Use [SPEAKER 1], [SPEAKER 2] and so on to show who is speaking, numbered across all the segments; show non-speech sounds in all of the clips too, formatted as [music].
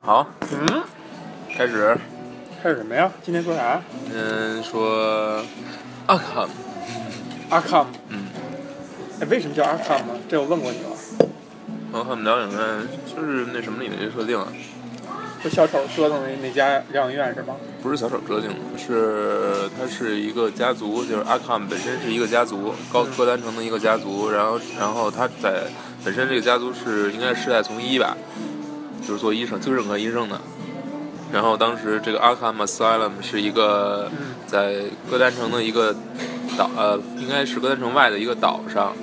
[SPEAKER 1] 好，
[SPEAKER 2] 嗯，
[SPEAKER 1] 开始。
[SPEAKER 2] 开始什么呀？今天说啥？
[SPEAKER 1] 嗯，说啊靠，
[SPEAKER 2] 阿康。
[SPEAKER 1] 嗯。
[SPEAKER 2] 哎，为什么叫阿康呢？这我问过你了。
[SPEAKER 1] 我看疗养院就是那什么里的一个设定啊，
[SPEAKER 2] 就小丑折腾那那家疗养院是吗？
[SPEAKER 1] 不是小丑折腾，是它是一个家族，就是阿卡姆本身是一个家族，高
[SPEAKER 2] 嗯
[SPEAKER 1] 歌丹城的一个家族，然后然后他在本身这个家族是应该是世代从医吧，就是做医生，精神科医生的。然后当时这个阿卡姆 Asylum 是一个
[SPEAKER 2] 嗯
[SPEAKER 1] 在歌丹城的一个岛，呃，应该是歌丹城外的一个岛上，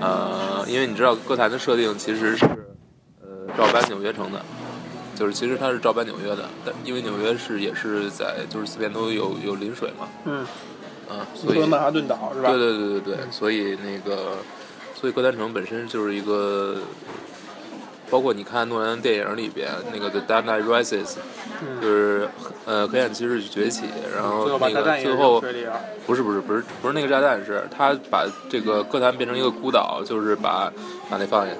[SPEAKER 1] 呃，因为你知道歌坛的设定其实是呃照搬纽约城的，就是其实它是照搬纽约的，但因为纽约是也是在就是四边都有有临水嘛，
[SPEAKER 2] 嗯。
[SPEAKER 1] 嗯、
[SPEAKER 2] 你
[SPEAKER 1] 所以
[SPEAKER 2] 说的嗯曼哈顿岛是吧？
[SPEAKER 1] 对对对对对，所以那个，所以歌丹城本身就是一个，包括你看诺兰的电影里边那个《The Dark Knight Rises》，就
[SPEAKER 2] 嗯。
[SPEAKER 1] 是呃黑暗骑士崛起，然
[SPEAKER 2] 最
[SPEAKER 1] 后
[SPEAKER 2] 后把
[SPEAKER 1] 那
[SPEAKER 2] 炸弹
[SPEAKER 1] 个
[SPEAKER 2] 也
[SPEAKER 1] 最
[SPEAKER 2] 扔
[SPEAKER 1] 后
[SPEAKER 2] 水里了。
[SPEAKER 1] 不是不是不是不是那个炸弹是，他把这个歌坛变成一个孤岛，就是把把那放下。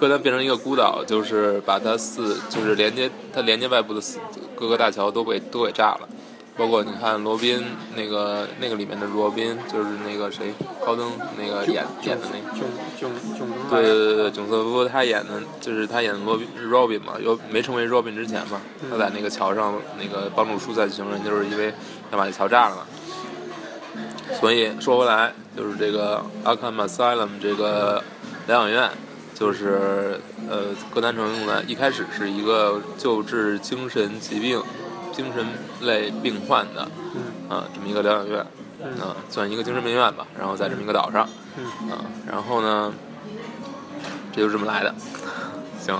[SPEAKER 1] 歌坛变成一个孤岛，就是把它四，就是连接它连接外部的四各个大桥都被都给炸了，包括你看罗宾那个那个里面的罗宾，就是那个谁高登那个演演的那个，
[SPEAKER 2] 囧囧囧
[SPEAKER 1] 对对对对，囧瑟夫他演的就是他演的罗宾 Robin 嘛，有没成为 Robin 之前嘛，他在那个桥上那个帮助疏散行人，就是因为要把那桥炸了嘛。所以说回来，就是这个 Arkham Asylum 这个疗养院，就是呃，歌坛城用来一开始是一个救治精神疾病、精神类病患的
[SPEAKER 2] 嗯
[SPEAKER 1] 啊、这么一个疗养院，
[SPEAKER 2] 嗯
[SPEAKER 1] 啊、算一个精神病院吧，然后在这么一个岛上。
[SPEAKER 2] 嗯。
[SPEAKER 1] 啊，然后呢，这就这么来的。行，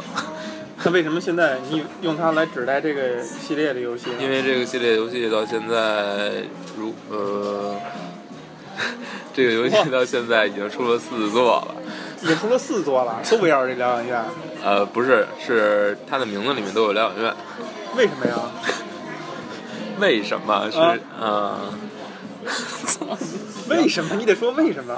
[SPEAKER 2] 那为什么现在你用它来指代这个系列的游戏呢？
[SPEAKER 1] 因为这个系列游戏到现在如呃， [laughs] 这个游戏到现在已经出了四座了。
[SPEAKER 2] 已经出了四座
[SPEAKER 1] [laughs]
[SPEAKER 2] 了，都围绕着这疗养院，
[SPEAKER 1] 呃，不是，是它的名字里面都有疗养院。
[SPEAKER 2] 为什么呀？
[SPEAKER 1] 为什么是
[SPEAKER 2] 啊
[SPEAKER 1] 呃？ [laughs]
[SPEAKER 2] 为什么？你得说为什么？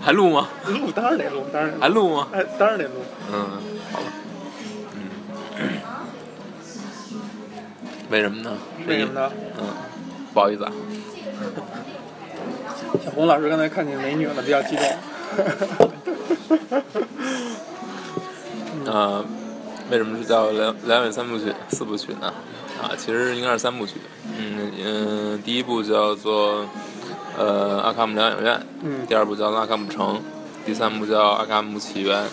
[SPEAKER 1] 还录吗？
[SPEAKER 2] 录当然得录，当然得录
[SPEAKER 1] 还录吗？
[SPEAKER 2] 哎，当然得录。
[SPEAKER 1] 嗯，好吧。嗯，为什么呢？
[SPEAKER 2] 为什么呢？
[SPEAKER 1] 嗯，不好意思啊。
[SPEAKER 2] 小红老师刚才看见美女了，比较激动。
[SPEAKER 1] 呃，为什么是叫两两眼三部曲四部曲呢？啊，其实应该是三部曲。嗯嗯、呃第一部叫做呃阿卡姆疗养院，
[SPEAKER 2] 嗯
[SPEAKER 1] 第二部叫做阿卡姆城，第三部叫阿卡姆起源，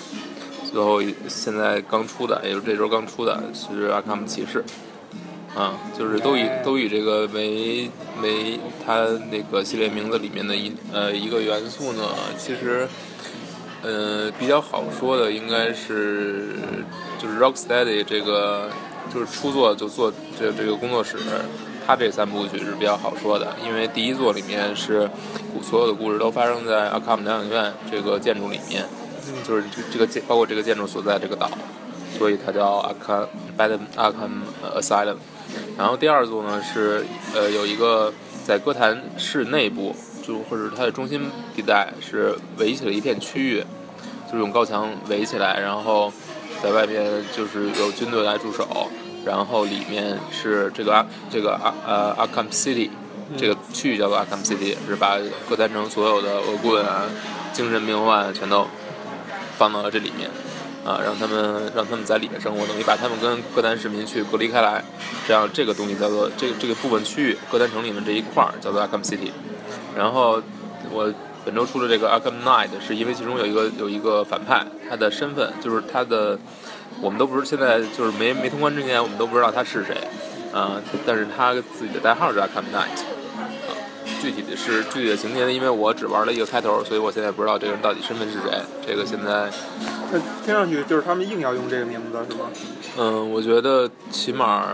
[SPEAKER 1] 最后一现在刚出的，也就是这周刚出的是阿卡姆骑士。啊，就是都以
[SPEAKER 2] 哎
[SPEAKER 1] 都以这个为为它那个系列名字里面的一呃一个元素呢，其实呃，比较好说的应该是就是 Rocksteady 这个就是初作就做这这个工作室，它这三部曲是比较好说的，因为第一作里面是所有的故事都发生在阿卡姆疗养院这个建筑里面，就是这这个建包括这个建筑所在这个岛，所以它叫阿卡 Bad 阿卡 Asylum。然后第二座呢是呃有一个在歌坛市内部，就或者是它的中心地带是围起了一片区域，就是用高墙围起来，然后在外边就是有军队来驻守，然后里面是这个阿这个阿呃阿卡姆 City。这个区域叫做阿卡姆 City，是把歌坛城所有的恶棍啊、精神病患全都放到了这里面，啊，让他们让他们在里面生活，等于把他们跟歌坛市民去隔离开来，这样这个东西叫做这个这个部分区域，歌坛城里面这一块儿叫做 Arkham City。然后我本周出的这个 Arkham Knight 是因为其中有一个有一个反派，他的身份就是他的，我们都不是现在就是没没通关之前，我们都不知道他是谁，啊、但是他自己的代号是 Arkham Knight。具体的是具体的情节呢，因为我只玩了一个开头，所以我现在不知道这个人到底身份是谁。这个现在，
[SPEAKER 2] 那 [laughs] 听上去就是他们硬要用这个名字是吗？
[SPEAKER 1] 嗯，我觉得起码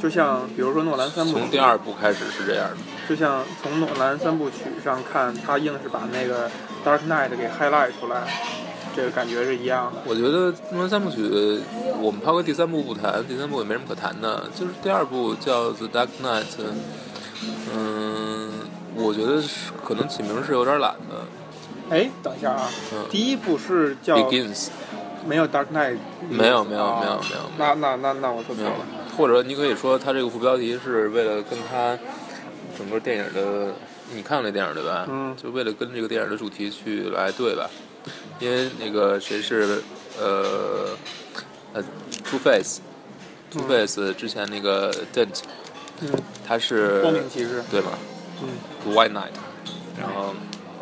[SPEAKER 2] 就像比如说诺兰三部曲
[SPEAKER 1] 从，第二部开始是这样的。
[SPEAKER 2] 就像从诺兰三部曲上看，他硬是把那个 Dark Knight 给 highlight 出来，这个感觉是一样的。
[SPEAKER 1] 我觉得《诺兰三部曲》，我们抛开第三部不谈，第三部也没什么可谈的。就是第二部叫《The Dark Knight》，嗯，我觉得是可能起名是有点懒的。
[SPEAKER 2] 哎，等一下啊
[SPEAKER 1] 嗯，
[SPEAKER 2] 第一部是叫
[SPEAKER 1] Begins，
[SPEAKER 3] 没有 Dark Knight，
[SPEAKER 1] 没有没有
[SPEAKER 3] 啊
[SPEAKER 1] 没有没有
[SPEAKER 3] 那那那那我说
[SPEAKER 1] 没有
[SPEAKER 3] 错了，，
[SPEAKER 1] 或者你可以说它这个副标题是为了跟它整个电影的，你看过这电影对吧？
[SPEAKER 3] 嗯
[SPEAKER 1] 就为了跟这个电影的主题去来对吧？因为那个谁是呃呃 Two Face。Two Face 之前那个 Dent，
[SPEAKER 3] 嗯，
[SPEAKER 1] 他是
[SPEAKER 3] 光明骑士，
[SPEAKER 1] 对吗
[SPEAKER 3] 嗯
[SPEAKER 1] ？The White Knight，然后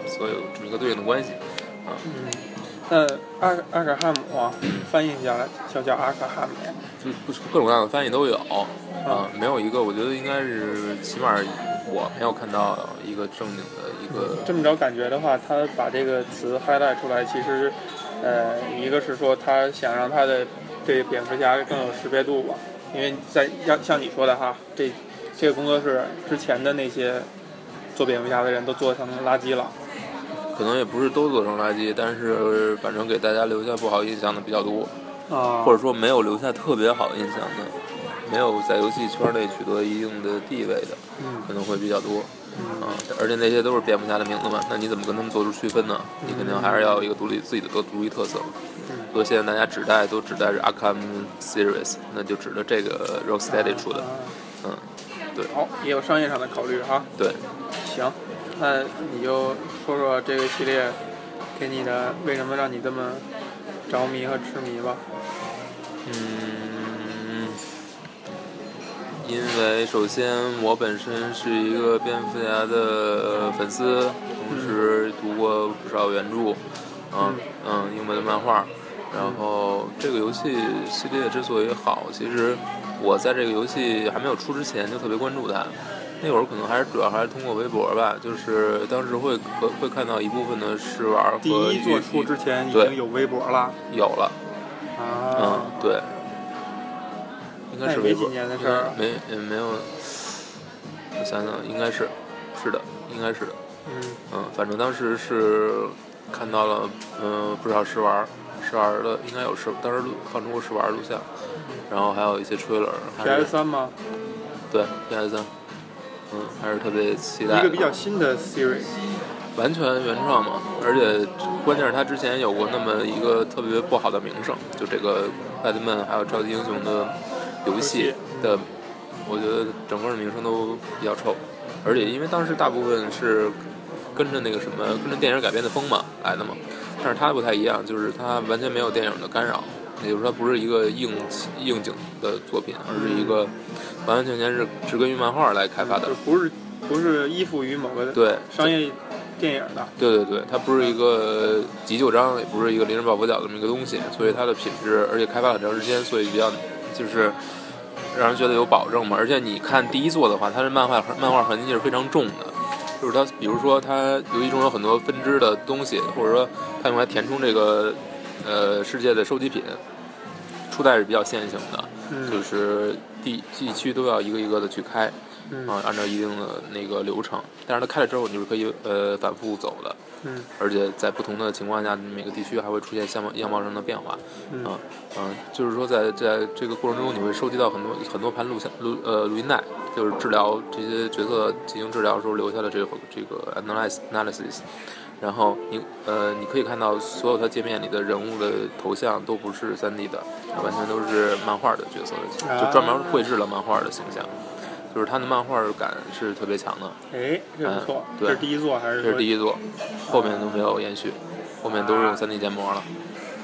[SPEAKER 1] 所以有这么一个对应的关系。
[SPEAKER 3] 嗯，
[SPEAKER 2] 呃
[SPEAKER 3] 那阿阿克汉姆啊，翻译一下来就叫阿克汉姆，
[SPEAKER 1] 就不各种各样的翻译都有啊，没有一个我觉得应该是起码我没有看到一个正经的一个
[SPEAKER 3] 这么着感觉的话，他把这个词 highlight 出来，其实，呃，一个是说他想让他的对蝙蝠侠更有识别度吧，因为在像像你说的哈，这这个工作室之前的那些做蝙蝠侠的人都做成垃圾了，
[SPEAKER 1] 可能也不是都做成垃圾，但是反正给大家留下不好印象的比较多，
[SPEAKER 3] 啊
[SPEAKER 1] 或者说没有留下特别好印象的，没有在游戏圈内取得一定的地位的，
[SPEAKER 3] 嗯
[SPEAKER 1] 可能会比较多。
[SPEAKER 3] 嗯
[SPEAKER 1] 啊，而且那些都是蝙蝠侠的名字嘛，那你怎么跟他们做出区分呢？你肯定还是要有一个独立自己的独独立特色。
[SPEAKER 3] 嗯
[SPEAKER 1] 所以现在大家指代都指代着 Arkham Series，那就指着这个 Rocksteady 出的
[SPEAKER 3] 啊。
[SPEAKER 1] 嗯，
[SPEAKER 3] 好，也有商业上的考虑哈。
[SPEAKER 1] 对，
[SPEAKER 3] 行，那你就说说这个系列给你的为什么让你这么着迷和痴迷吧。
[SPEAKER 1] 嗯，因为首先我本身是一个蝙蝠侠的粉丝，同时读过不少原著，嗯嗯，英文的漫画。然后这个游戏系列之所以好，其实我在这个游戏还没有出之前就特别关注它。那会儿可能还是主要还是通过微博吧，就是当时会会会看到一部分的试玩和
[SPEAKER 3] 第一
[SPEAKER 1] 预
[SPEAKER 3] 做出之前已
[SPEAKER 1] 对
[SPEAKER 3] 经有微博了
[SPEAKER 1] 有了，嗯
[SPEAKER 3] 啊，，
[SPEAKER 1] 对，应该是
[SPEAKER 3] 那也没
[SPEAKER 1] 微博
[SPEAKER 3] 几年的事儿啊
[SPEAKER 1] 没也没有，我想想，应该是，是的，应该是的，
[SPEAKER 3] 嗯
[SPEAKER 1] 嗯，反正当时是看到了，嗯、不少试玩儿，试玩儿的应该有试，当时录放出过试玩儿录像，
[SPEAKER 3] 嗯
[SPEAKER 1] 然后还有一些吹轮儿，还是
[SPEAKER 3] ，PS 三吗？
[SPEAKER 1] 对 PS 三，嗯，还是特别期待的，
[SPEAKER 3] 一个比较新的 series，
[SPEAKER 1] 完全原创嘛，而且关键是他之前有过那么一个特别不好的名声，就这个艾德曼还有超级英雄的游戏的，我觉得整个的名声都比较臭，而且因为当时大部分是跟着那个什么跟着电影改编的风嘛来的嘛，但是他不太一样，就是他完全没有电影的干扰，也就是说它不是一个应应景的作品，而是一个完完全全是植根于漫画来开发的
[SPEAKER 3] 就，不是不是依附于某个
[SPEAKER 1] 对，
[SPEAKER 3] 商业电影的，
[SPEAKER 1] 对对对，它不是一个急救章，也不是一个临时抱佛脚这么一个东西，所以它的品质，而且开发很长时间，所以比较就是让人觉得有保证嘛。而且你看第一作的话，它的漫画漫画痕迹是非常重的，就是它比如说它游戏中有很多分支的东西，或者说它用来填充这个呃世界的收集品，初代是比较线性的，就
[SPEAKER 3] 嗯
[SPEAKER 1] 是地地区都要一个一个的去开。
[SPEAKER 3] 嗯
[SPEAKER 1] 啊，按照一定的那个流程，但是它开了之后，你是可以呃反复走的，
[SPEAKER 3] 嗯
[SPEAKER 1] 而且在不同的情况下，每个地区还会出现相貌样貌上的变化。
[SPEAKER 3] 嗯
[SPEAKER 1] 啊嗯、就是说在在这个过程中，你会收集到很多很多盘录像录呃录音带，就是治疗这些角色进行治疗的时候留下的这个这个 analysis analysis。然后你呃，你可以看到所有它界面里的人物的头像都不是 3D 的，完全都是漫画的角色的形，就专门绘制了漫画的形象，就是它的漫画感是特别强的。
[SPEAKER 3] 哎，这不错
[SPEAKER 1] 嗯，对
[SPEAKER 3] 这是第一座还
[SPEAKER 1] 这
[SPEAKER 3] 是说
[SPEAKER 1] 是第一座，后面都没有延续，后面都是用 3D 建模了。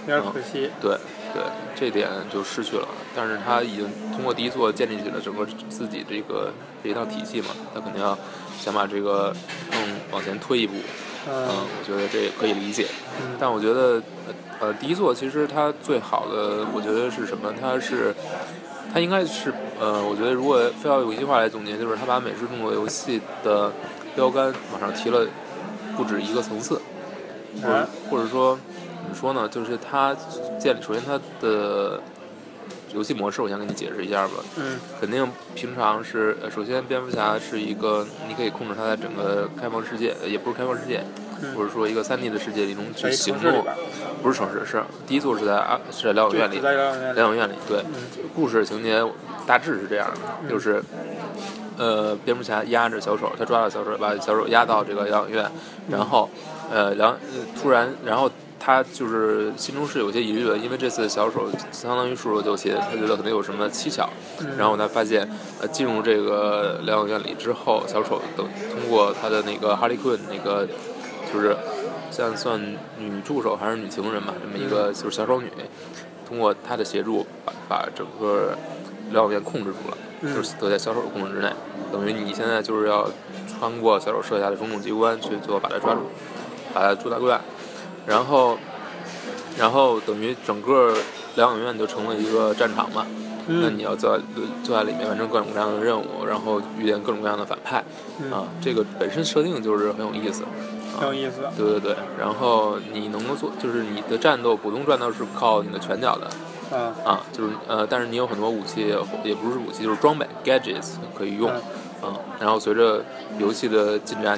[SPEAKER 3] 有点可惜？
[SPEAKER 1] 对对，这点就失去了。但是他已经通过第一座建立起了整个自己这个这一套体系嘛，他肯定要想把这个更往前推一步。嗯，
[SPEAKER 3] 嗯
[SPEAKER 1] 我觉得这也可以理解。
[SPEAKER 3] 嗯
[SPEAKER 1] 但我觉得，呃，第一座其实它最好的，我觉得是什么？它是，它应该是，呃，我觉得如果非要有一句话来总结，就是它把美式动作游戏的标杆往上提了不止一个层次，或者
[SPEAKER 3] 啊
[SPEAKER 1] 或者说怎么说呢？就是它建立，首先它的游戏模式，我先给你解释一下吧。
[SPEAKER 3] 嗯
[SPEAKER 1] 肯定平常是，呃首先蝙蝠侠是一个你可以控制它在整个开放世界，呃也不是开放世界，或
[SPEAKER 3] 嗯，
[SPEAKER 1] 者说一个三 D 的世界里中去
[SPEAKER 3] 在
[SPEAKER 1] 行
[SPEAKER 3] 城市里
[SPEAKER 1] 动
[SPEAKER 3] 边，，
[SPEAKER 1] 不是城市，是第一座是在啊是在疗养院
[SPEAKER 3] 对，
[SPEAKER 1] 里
[SPEAKER 3] 只，在疗养院里，
[SPEAKER 1] 疗养院里对，故事情节大致是这样的，就是。呃，蝙蝠侠压着小丑，他抓到小丑，把小丑压到这个疗养院，然后，呃，疗呃突然，然后他就是心中是有些疑虑的，因为这次小手相当于束手就擒，他觉得可能有什么蹊跷。
[SPEAKER 3] 嗯
[SPEAKER 1] 然后我才发现，呃，进入这个疗养院里之后，小丑等通过他的那个哈利坤那个，就是像算女助手还是女情人吧，这么一
[SPEAKER 3] 嗯
[SPEAKER 1] 个就是小丑女，通过她的协助把把整个疗养院控制住了，
[SPEAKER 2] 嗯
[SPEAKER 1] 就是都在小丑的控制之内。等于你现在就是要穿过小丑设下的种种机关去最后把他抓住，
[SPEAKER 2] 嗯
[SPEAKER 1] 把他捉拿归案，然后，然后等于整个疗养院就成了一个战场嘛。
[SPEAKER 2] 嗯
[SPEAKER 1] 那你要在就在里面完成各种各样的任务，然后遇见各种各样的反派，
[SPEAKER 2] 嗯
[SPEAKER 1] 啊，这个本身设定就是很有意思，
[SPEAKER 2] 挺有意思的。
[SPEAKER 1] 对对对。然后你能够做，就是你的战斗，普通战斗是靠你的拳脚的
[SPEAKER 2] 嗯
[SPEAKER 1] 啊，就是呃，但是你有很多武器，也不是武器，就是装备 gadgets 可以用，
[SPEAKER 2] 嗯
[SPEAKER 1] 嗯。然后随着游戏的进展，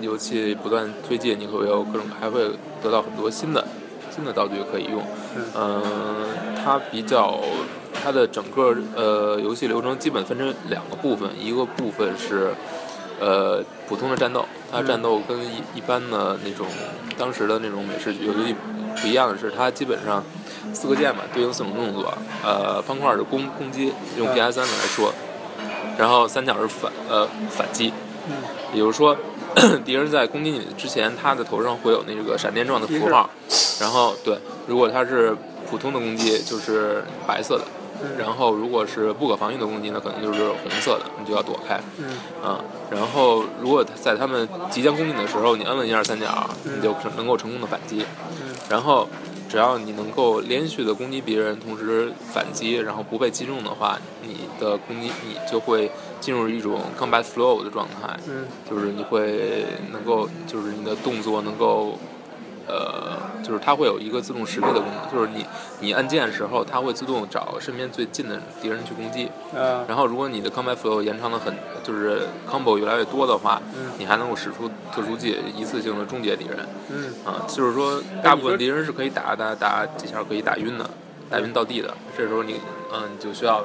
[SPEAKER 1] 你游戏不断推进，你会有各种还会得到很多新的新的道具可以用，
[SPEAKER 2] 嗯
[SPEAKER 1] 嗯，它比较它的整个呃游戏流程基本分成两个部分，一个部分是呃普通的战斗，它
[SPEAKER 2] 嗯
[SPEAKER 1] 战斗跟一一般的那种当时的那种美式游戏不一样的是，它基本上四个键嘛对应四种动作，呃方块是攻攻击，用
[SPEAKER 2] 嗯
[SPEAKER 1] PS 三来说，然后三角是反呃反击，
[SPEAKER 2] 嗯，
[SPEAKER 1] 比如说， [coughs] 敌人在攻击你之前，他的头上会有那个闪电状的符号，然后对，如果他是普通的攻击，就是白色的
[SPEAKER 2] 嗯；
[SPEAKER 1] 然后如果是不可防御的攻击呢，可能就是红色的，你就要躲开。
[SPEAKER 2] 嗯
[SPEAKER 1] 啊、然后如果他在他们即将攻击你的时候，你摁了一二三角，你就能够成功的反击。
[SPEAKER 2] 嗯
[SPEAKER 1] 然后只要你能够连续的攻击别人，同时反击，然后不被击中的话，你的攻击你就会进入一种 combat flow 的状态，
[SPEAKER 2] 嗯
[SPEAKER 1] 就是你会能够，就是你的动作能够，呃，就是它会有一个自动识别的功能，就是你你按键的时候，它会自动找身边最近的敌人去攻击。
[SPEAKER 3] 啊
[SPEAKER 2] 嗯
[SPEAKER 1] 然后如果你的 combat flow 延长的很，就是 combo 越来越多的话，
[SPEAKER 2] 嗯
[SPEAKER 1] 你还能够使出特殊技，一次性的终结敌人。
[SPEAKER 2] 嗯
[SPEAKER 1] 啊，就是说大部分敌人是可以打打打几下可以打晕的，打晕到地的。这时候你，嗯，你就需要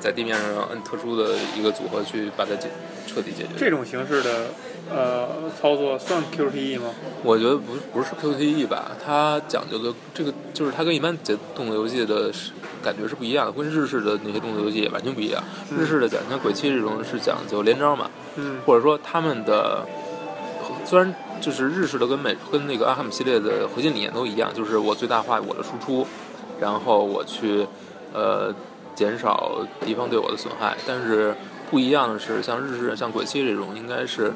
[SPEAKER 1] 在地面上摁特殊的一个组合去把它解彻底解决。
[SPEAKER 2] 这种形式的呃操作算
[SPEAKER 3] E
[SPEAKER 2] QTE 吗？
[SPEAKER 1] 我觉得不不是 QTE 吧，它讲究的这个就是它跟一般节动作游戏的是感觉是不一样的，跟日式的那些动作游戏也完全不一样。日式的讲像鬼泣这种是讲究连招嘛，
[SPEAKER 2] 嗯
[SPEAKER 1] 或者说他们的虽然就是日式的跟美跟那个阿汉姆系列的核心理念都一样，就是我最大化我的输出，然后我去呃减少敌方对我的损害。但是不一样的是，像日式像鬼泣这种，应该是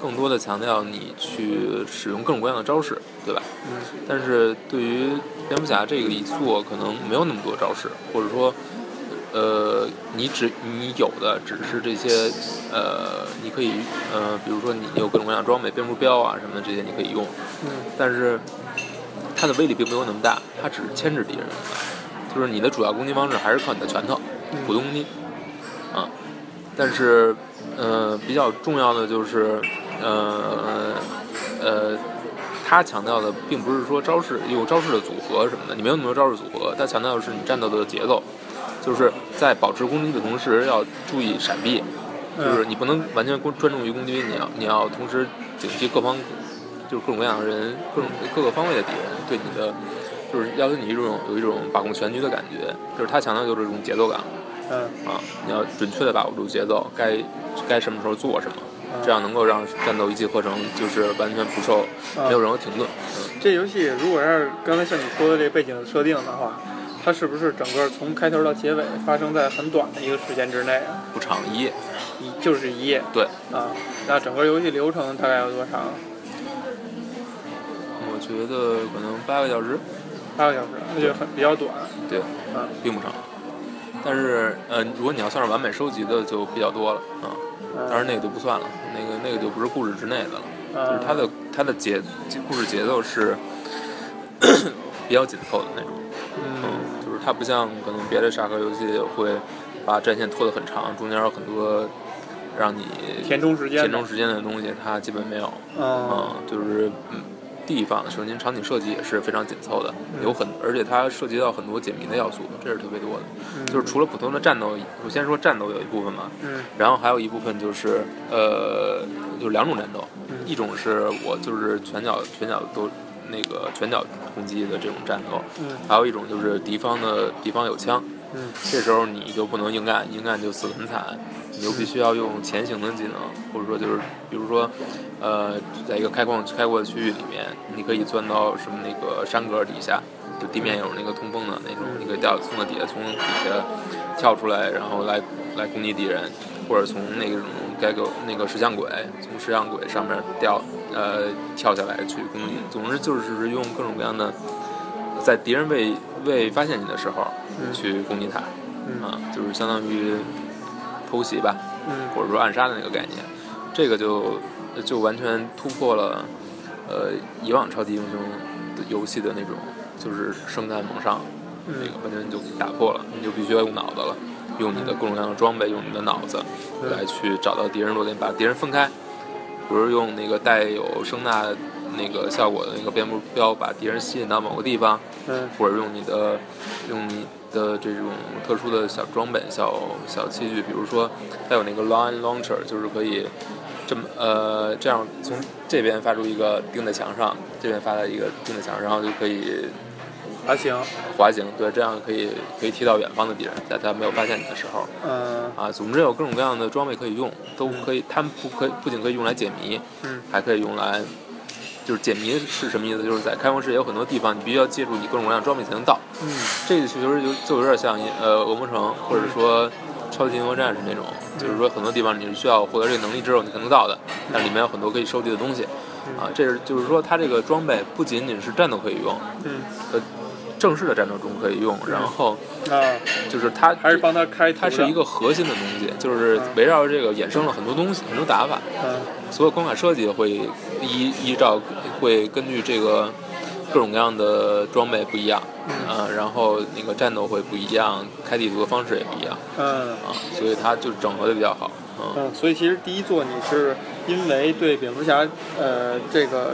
[SPEAKER 1] 更多的强调你去使用各种各样的招式，对吧？
[SPEAKER 2] 嗯
[SPEAKER 1] 但是对于蝙蝠侠这个一做，可能没有那么多招式，或者说，呃，你只你有的只是这些，呃，你可以，呃，比如说你有各种各样的装备，蝙蝠镖啊什么的这些你可以用，
[SPEAKER 2] 嗯
[SPEAKER 1] 但是它的威力并没有那么大，它只是牵制敌人，就是你的主要攻击方式还是靠你的拳头，普通攻击，啊，但是呃比较重要的就是呃呃，他强调的并不是说招式有招式的组合什么的，你没有那么多招式组合，他强调的是你战斗的节奏，就是在保持攻击的同时要注意闪避，就是
[SPEAKER 3] 嗯
[SPEAKER 1] 你不能完全攻专注于攻击，你要你要同时警惕各方，就是各种各样的人，各种各个方位的敌人对你的，就是要求你一种有一种把控全局的感觉，就是他强调就是这种节奏感
[SPEAKER 2] 嗯
[SPEAKER 1] 啊，你要准确的把握住节奏，该该什么时候做什么，这样能够让战斗一气呵成，就是完全不受没有任何停顿。嗯，
[SPEAKER 2] 这游戏如果要是刚才像你说的这背景设定的话，它是不是整个从开头到结尾发生在很短的一个时间之内啊？
[SPEAKER 1] 不长一夜，
[SPEAKER 2] 一就是一夜
[SPEAKER 1] 对
[SPEAKER 2] 啊？那整个游戏流程大概有多长？
[SPEAKER 1] 我觉得可能八个小时，
[SPEAKER 2] 八个小时，那就很比较短。
[SPEAKER 1] 对，
[SPEAKER 2] 嗯
[SPEAKER 1] 并不长。但是，呃，如果你要算是完美收集的，就比较多了啊。
[SPEAKER 2] 嗯
[SPEAKER 1] 当然那个就不算了，那个那个就不是故事之内的了，
[SPEAKER 2] 嗯
[SPEAKER 1] 就是它的它的节故事节奏是 [clears throat] 比较紧凑的那种，
[SPEAKER 2] 嗯
[SPEAKER 1] 就是它不像可能别的沙盒游戏会把战线拖得很长，中间有很多让你
[SPEAKER 2] 填充时间
[SPEAKER 1] 填充时间的东西，它基本没有。
[SPEAKER 2] 嗯
[SPEAKER 1] 嗯，就是嗯，地方首先场景设计也是非常紧凑的，
[SPEAKER 2] 嗯
[SPEAKER 1] 有很而且它涉及到很多解谜的要素，这是特别多的。
[SPEAKER 2] 嗯
[SPEAKER 1] 就是除了普通的战斗，我先说战斗有一部分嘛，
[SPEAKER 2] 嗯
[SPEAKER 1] 然后还有一部分就是呃，有两种战斗，
[SPEAKER 2] 嗯
[SPEAKER 1] 一种是我就是拳脚拳脚都那个拳脚攻击的这种战斗，
[SPEAKER 3] 嗯
[SPEAKER 1] 还有一种就是敌方的敌方有枪，
[SPEAKER 3] 嗯
[SPEAKER 1] 这时候你就不能硬干，硬干就死得很惨，你就必须要用前行的技能，或者说就是比如说，呃，在一个开矿开阔的区域里面，你可以钻到什么那个山格底下，就地面有那个通风的那种，你可以掉从那底下从底下跳出来，然后来来攻击敌人，或者从那种该个那个石像轨从石像轨上面掉呃跳下来去攻击，总之就是用各种各样的。在敌人未未发现你的时候，
[SPEAKER 3] 嗯
[SPEAKER 1] 去攻击他，
[SPEAKER 3] 嗯
[SPEAKER 1] 啊，就是相当于偷袭吧，
[SPEAKER 3] 嗯
[SPEAKER 1] 或者说暗杀的那个概念，这个就就完全突破了呃以往超级英雄的游戏的那种就是生干猛上，那
[SPEAKER 3] 嗯
[SPEAKER 1] 个完全就打破了，你就必须要用脑子了，用你的各种各样的装备，用你的脑子
[SPEAKER 3] 嗯
[SPEAKER 1] 来去找到敌人弱点，把敌人分开，比如用那个带有声呐那个效果的那个边目标把敌人吸引到某个地方，
[SPEAKER 3] 嗯
[SPEAKER 1] 或者用你的用你的这种特殊的小装备、小小器具，比如说它有那个 line launcher，就是可以这么呃这样从这边发出一个钉在墙上，这边发了一个钉在墙上，然后就可以
[SPEAKER 3] 还行，
[SPEAKER 1] 滑行，对，这样可以可以踢到远方的敌人，在他没有发现你的时候
[SPEAKER 3] 嗯
[SPEAKER 1] 啊。总之有各种各样的装备可以用，都可以，他们不可以不仅可以用来解谜，
[SPEAKER 3] 嗯
[SPEAKER 1] 还可以用来。就是解谜是什么意思？就是在开放世界有很多地方，你必须要借助你各种各样的装备才能到。
[SPEAKER 3] 嗯
[SPEAKER 1] 这个其实就就有点像呃《恶魔城》或者说《超级英雄战士》那种，就是说很多地方你是需要获得这个能力之后你才能到的，但是里面有很多可以收集的东西，
[SPEAKER 3] 嗯
[SPEAKER 1] 啊，这是就是说它这个装备不仅仅是战斗可以用，
[SPEAKER 3] 嗯
[SPEAKER 1] 呃，正式的战斗中可以用，然后
[SPEAKER 3] 啊，
[SPEAKER 1] 就是它
[SPEAKER 3] 还是帮他开图
[SPEAKER 1] 它
[SPEAKER 3] 的，
[SPEAKER 1] 是一个核心的东西，就是围绕着这个衍生了很多东西，很多打法，
[SPEAKER 3] 嗯
[SPEAKER 1] 所有关卡设计会依依照会根据这个各种各样的装备不一样，呃，然后那个战斗会不一样，开地图的方式也不一样
[SPEAKER 3] 嗯。
[SPEAKER 1] 啊，所以它就整合的比较好，嗯，
[SPEAKER 3] 嗯，所以其实第一作你是因为对蝙蝠侠呃这个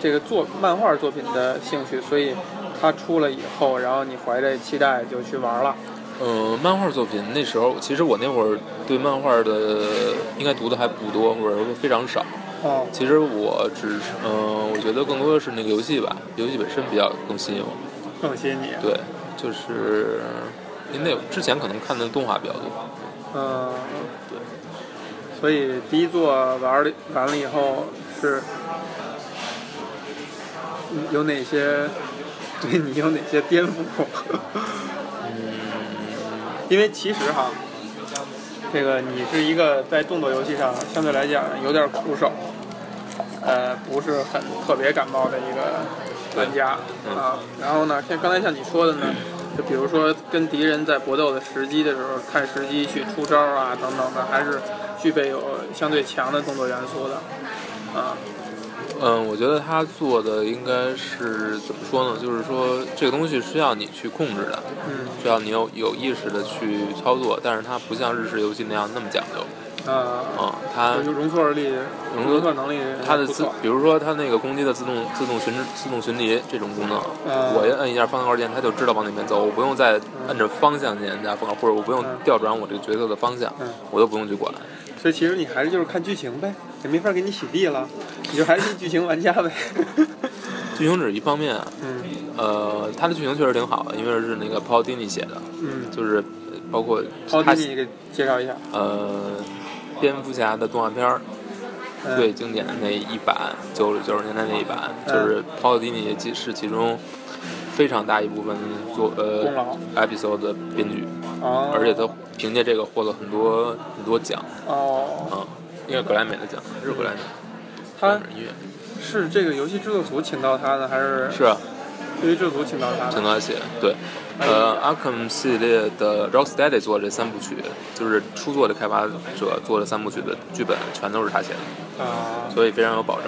[SPEAKER 3] 这个作漫画作品的兴趣，所以它出了以后，然后你怀着期待就去玩了。
[SPEAKER 1] 呃，漫画作品那时候其实我那会儿对漫画的应该读的还不多，或者说非常少。
[SPEAKER 3] 哦，
[SPEAKER 1] 其实我只是，嗯、我觉得更多的是那个游戏吧，游戏本身比较更吸引我。
[SPEAKER 3] 更吸引你。
[SPEAKER 1] 对，就是因为那之前可能看的动画比较多。
[SPEAKER 3] 嗯，对。所以第一座玩了完了以后是嗯有哪些对你有哪些颠覆？ [laughs] 因为其实哈，这个你是一个在动作游戏上相对来讲有点苦手，呃，不是很特别感冒的一个玩家
[SPEAKER 1] 嗯
[SPEAKER 3] 啊。然后呢，像刚才像你说的呢，就比如说跟敌人在搏斗的时机的时候，看时机去出招啊等等的，还是具备有相对强的动作元素的啊。
[SPEAKER 1] 嗯，我觉得他做的应该是怎么说呢？就是说这个东西需要你去控制的，
[SPEAKER 3] 嗯
[SPEAKER 1] 需要你有有意识的去操作，但是它不像日式游戏那样那么讲究
[SPEAKER 3] 啊，
[SPEAKER 1] 啊、它
[SPEAKER 3] 就容错力、
[SPEAKER 1] 容
[SPEAKER 3] 容错能力
[SPEAKER 1] 它的
[SPEAKER 3] 不
[SPEAKER 1] 自
[SPEAKER 3] 错，
[SPEAKER 1] 比如说它那个攻击的自动自动寻自动寻敌这种功能，
[SPEAKER 3] 嗯
[SPEAKER 1] 我一摁一下方向键，它就知道往哪边走，我不用再摁着方向键加方向，或者我不用
[SPEAKER 3] 嗯
[SPEAKER 1] 调转我这个角色的方向，
[SPEAKER 3] 嗯
[SPEAKER 1] 我都不用去管。
[SPEAKER 3] 所以其实你还是就是看剧情呗，也没法给你洗地了，你就还是一剧情玩家呗。
[SPEAKER 1] 剧情只是一方面，啊
[SPEAKER 3] 嗯
[SPEAKER 1] 呃，它的剧情确实挺好的，因为是那个 Paul Dini 写的，
[SPEAKER 3] 嗯，
[SPEAKER 1] 就是呃包括
[SPEAKER 3] 好，
[SPEAKER 1] 他
[SPEAKER 3] 弟你给介绍一下。
[SPEAKER 1] 呃，蝙蝠侠的动画片儿
[SPEAKER 3] 嗯
[SPEAKER 1] 最经典的那一版，九九十年代那一版，就
[SPEAKER 3] 嗯
[SPEAKER 1] 是 Paul Dini 其是其中非常大一部分做呃
[SPEAKER 3] 功劳
[SPEAKER 1] episode 的编剧，
[SPEAKER 3] 哦，
[SPEAKER 1] 而且他凭借这个获了很多很多奖
[SPEAKER 3] 哦，
[SPEAKER 1] 啊，应该格莱美的奖，是格莱美
[SPEAKER 3] 他
[SPEAKER 1] 格莱美音乐
[SPEAKER 3] 是这个游戏制作组请到他的，还是
[SPEAKER 1] 是啊，
[SPEAKER 3] 游戏制作组请到他
[SPEAKER 1] 请
[SPEAKER 3] 的？
[SPEAKER 1] 他写对。
[SPEAKER 3] 嗯
[SPEAKER 1] 呃，Arkham 系列的 Rocksteady 做的这三部曲，就是初作的开发者做的三部曲的剧本，全都是他写的。
[SPEAKER 2] 呃
[SPEAKER 3] 啊，
[SPEAKER 1] 所以非常有保障。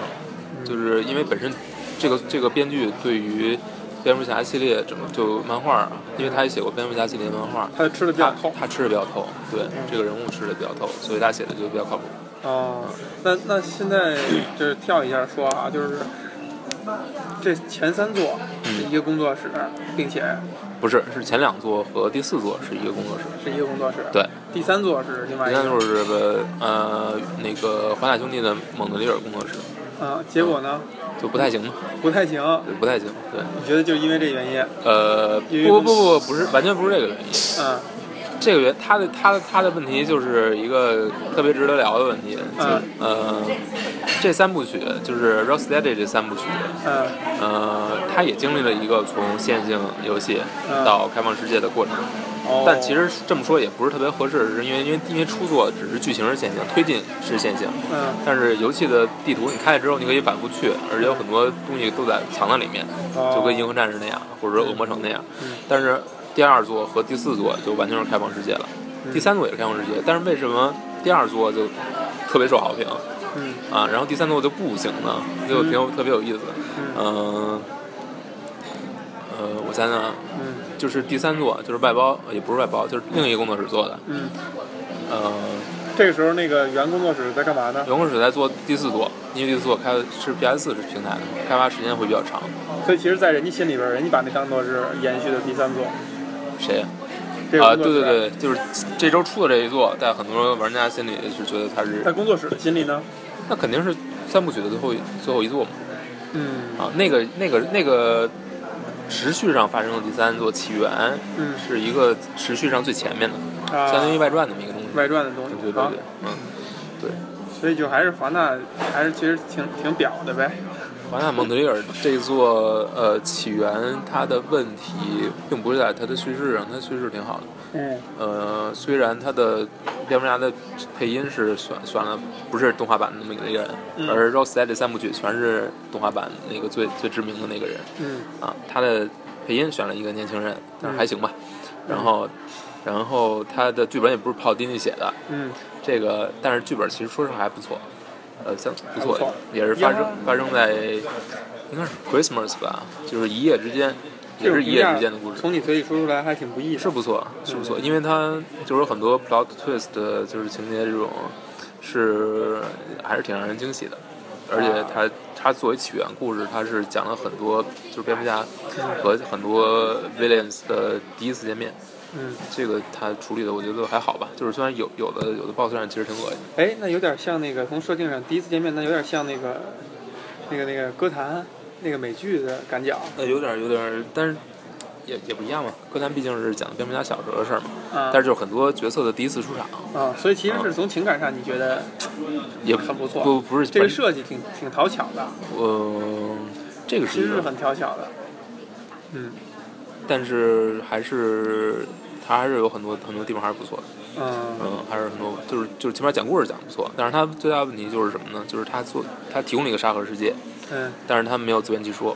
[SPEAKER 2] 嗯
[SPEAKER 1] 就是因为本身这个这个编剧对于蝙蝠侠系列整个就漫画啊，因为他也写过蝙蝠侠系列漫画，
[SPEAKER 3] 他吃的比较
[SPEAKER 1] 他
[SPEAKER 3] 透。
[SPEAKER 1] 他吃的比较透，对这个人物吃的比较透，所以他写的就比较靠谱。
[SPEAKER 2] 啊
[SPEAKER 3] 哦，那那现在就是跳一下说啊，就是这前三座是一个工作室，并且
[SPEAKER 1] 不是，是前两座和第四座是一个工作室，
[SPEAKER 3] 是一个工作室。
[SPEAKER 1] 对，
[SPEAKER 3] 第三座是另外
[SPEAKER 1] 第
[SPEAKER 3] 一
[SPEAKER 1] 三
[SPEAKER 3] 个。
[SPEAKER 1] 座是呃那个华纳兄弟的蒙德利尔工作室，
[SPEAKER 2] 啊，结果呢
[SPEAKER 1] 就不太行嘛，
[SPEAKER 2] 不太行，
[SPEAKER 1] 不太行。对，
[SPEAKER 2] 你觉得就是因为这原因？
[SPEAKER 1] 呃，
[SPEAKER 2] 因为
[SPEAKER 1] 不不不不，不是，完全不是这个原因。
[SPEAKER 2] 嗯
[SPEAKER 1] 这个原他的他的他的问题就是一个特别值得聊的问题，就是呃，这三部曲就是 Rocksteady 这三部曲，
[SPEAKER 2] 嗯
[SPEAKER 1] 呃，他也经历了一个从线性游戏
[SPEAKER 2] 嗯
[SPEAKER 1] 到开放世界的过程，
[SPEAKER 2] 哦，
[SPEAKER 1] 但其实这么说也不是特别合适，是因为因为因为出作只是剧情是线性，推进是线性，
[SPEAKER 2] 嗯
[SPEAKER 1] 但是游戏的地图你开了之后，你可以反复去，而且有很多东西都在藏在里面，
[SPEAKER 2] 哦
[SPEAKER 1] 就跟《银河战士》那样，或者说《恶魔城》那样
[SPEAKER 2] 嗯。
[SPEAKER 1] 但是第二座和第四座就完全是开放世界了，
[SPEAKER 2] 嗯
[SPEAKER 1] 第三座也是开放世界，但是为什么第二座就特别受好评
[SPEAKER 2] 嗯
[SPEAKER 1] 啊？然后第三座就不行呢？就挺有特别有意思。嗯，呃，我想想，啊，
[SPEAKER 2] 嗯
[SPEAKER 1] 就是第三座，就是外包，也不是外包，就是另一个工作室做的。
[SPEAKER 2] 嗯，
[SPEAKER 1] 呃，
[SPEAKER 2] 这个时候那个原工作室在干嘛呢？
[SPEAKER 1] 员工室在做第四座，因为第四座开的是 PS 4是平台的嘛，开发时间会比较长。
[SPEAKER 2] 所以其实，在人家心里边，人家把那当做是延续的第三座。
[SPEAKER 1] 谁呀？
[SPEAKER 2] 这个
[SPEAKER 1] 啊，
[SPEAKER 2] 工
[SPEAKER 1] 对
[SPEAKER 2] 作室
[SPEAKER 1] 对，对，就是这周出的这一座，在很多玩家心里是觉得它是
[SPEAKER 2] 在，工作室的心里呢，
[SPEAKER 1] 那肯定是三部曲的最后一最后一座嘛。
[SPEAKER 2] 嗯
[SPEAKER 1] 啊，那个那个那个时序上发生的第三座起源
[SPEAKER 2] 嗯
[SPEAKER 1] 是一个时序上最前面的，
[SPEAKER 2] 啊，
[SPEAKER 1] 相当于外传那么一个东西。
[SPEAKER 2] 外传的东西
[SPEAKER 1] 对对
[SPEAKER 2] 啊
[SPEAKER 1] 对，，嗯，对。
[SPEAKER 2] 所以就还是华纳，还是其实挺挺表的呗。
[SPEAKER 1] 华纳蒙德里尔这座呃起源，它的问题并不是在它的叙事上，它叙事挺好的。
[SPEAKER 2] 嗯
[SPEAKER 1] 呃，虽然它的蝙蝠侠的配音是选选了不是动画版的那么一个人，
[SPEAKER 2] 嗯
[SPEAKER 1] 而 Rocksteady 三部曲全是动画版那个最最知名的那个人
[SPEAKER 2] 嗯
[SPEAKER 1] 啊，他的配音选了一个年轻人，但是还行吧。
[SPEAKER 2] 嗯
[SPEAKER 1] 然后，然后他的剧本也不是泡丁尼写的，
[SPEAKER 2] 嗯
[SPEAKER 1] 这个但是剧本其实说实话还不错，呃，相不
[SPEAKER 2] 还不错
[SPEAKER 1] 错，也是发
[SPEAKER 2] 因为
[SPEAKER 1] 生发生在应该是 Christmas 吧，就是一夜之间，也是一夜之间的故事。
[SPEAKER 2] 从你嘴里说出来还挺不易的。
[SPEAKER 1] 是不错，是不错，因为它就是有很多 plot twist，的就是情节这种是还是挺让人惊喜的，而且它它作为起源故事，它是讲了很多就是蝙蝠侠和很多 villains 的第一次见面，
[SPEAKER 2] 嗯，
[SPEAKER 1] 这个它处理的我觉得还好吧，就是虽然有有的有的 BOSS 战其实挺恶心，
[SPEAKER 2] 哎，那有点像那个从设定上第一次见面，那有点像那个那个那个歌坛那个美剧的赶脚
[SPEAKER 1] 呃，有点有点，但是也也不一样嘛，柯南毕竟是讲蝙蝠侠小时候的事儿嘛，
[SPEAKER 2] 啊。
[SPEAKER 1] 但是就是很多角色的第一次出场
[SPEAKER 2] 啊，所以其实是从情感上，你觉得
[SPEAKER 1] 也
[SPEAKER 2] 很不错
[SPEAKER 1] 不不是
[SPEAKER 2] 这个
[SPEAKER 1] 本
[SPEAKER 2] 设计挺挺讨巧的，
[SPEAKER 1] 呃，这个是
[SPEAKER 2] 其
[SPEAKER 1] 一
[SPEAKER 2] 实
[SPEAKER 1] 个
[SPEAKER 2] 是很讨巧的。嗯
[SPEAKER 1] 但是还是它还是有很多很多地方还是不错的，
[SPEAKER 2] 嗯
[SPEAKER 1] 嗯，还是很多就是就是起码讲故事讲得不错，但是它最大的问题就是什么呢？就是它做它提供了一个沙盒世界，
[SPEAKER 2] 嗯，
[SPEAKER 1] 但是它没有自圆其说，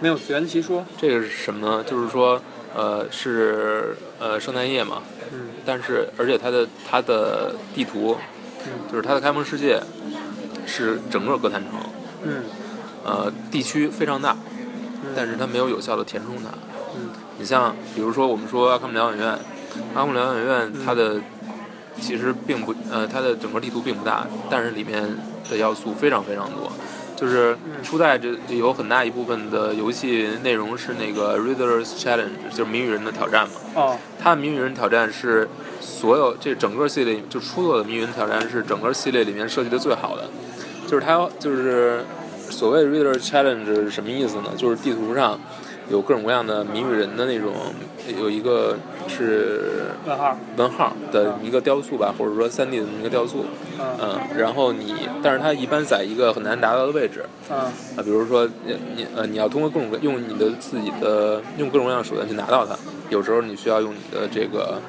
[SPEAKER 2] 没有自圆其说。
[SPEAKER 1] 这个是什么呢？就是说呃是呃圣诞夜嘛，
[SPEAKER 2] 嗯
[SPEAKER 1] 但是而且它的它的地图
[SPEAKER 2] 嗯
[SPEAKER 1] 就是它的开放世界是整个哥谭城，
[SPEAKER 2] 嗯
[SPEAKER 1] 呃地区非常大，
[SPEAKER 2] 嗯，
[SPEAKER 1] 但是它没有有效的填充它，
[SPEAKER 2] 嗯
[SPEAKER 1] 你像比如说我们说阿克姆疗养院，阿克姆疗养
[SPEAKER 2] 嗯
[SPEAKER 1] 院它的其实并不呃它的整个地图并不大，但是里面的要素非常非常多。就是
[SPEAKER 2] 嗯
[SPEAKER 1] 初代这有很大一部分的游戏内容是那个 Riddler's Challenge，就是谜语人的挑战嘛。
[SPEAKER 2] 哦
[SPEAKER 1] 它的谜语人挑战是所有这整个系列就出作的谜语人挑战是整个系列里面设计的最好的，就是它就是所谓 Reader Challenge 是什么意思呢？就是地图上有各种各样的谜语人的那种，有一个是
[SPEAKER 2] 问号。
[SPEAKER 1] 文号的一个雕塑吧，或者说三 D 的一个雕塑，
[SPEAKER 2] 嗯
[SPEAKER 1] 嗯，然后你但是它一般在一个很难达到的位置，
[SPEAKER 2] 嗯
[SPEAKER 1] 啊，比如说呃你呃你要通过各种各用你的自己的用各种各样的手段去拿到它，有时候你需要用你的这个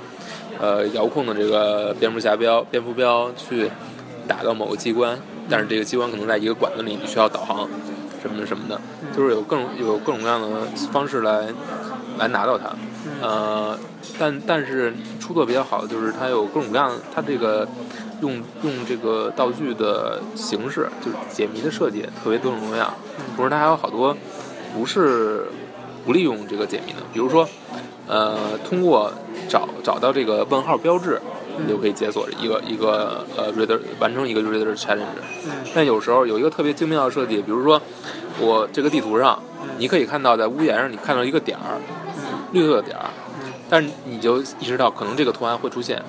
[SPEAKER 1] 呃遥控的这个蝙蝠侠标蝙蝠标去打到某个机关，但是这个机关可能在一个馆子里，你需要导航什么的什么的，就是有各种有各种各样的方式来来拿到它。呃，但但是出作比较好的就是它有各种各样，它这个用用这个道具的形式，就是解谜的设计特别多种多样。同时它还有好多不是不利用这个解谜的，比如说，呃，通过找找到这个问号标志，你就可以解锁一个一个呃 reader 完成一个 reader challenge。
[SPEAKER 2] 嗯
[SPEAKER 1] 但有时候有一个特别精妙的设计，比如说我这个地图上，你可以看到在屋檐上你看到一个点儿，绿色的点儿，
[SPEAKER 2] 嗯
[SPEAKER 1] 但是你就意识到可能这个图案会出现，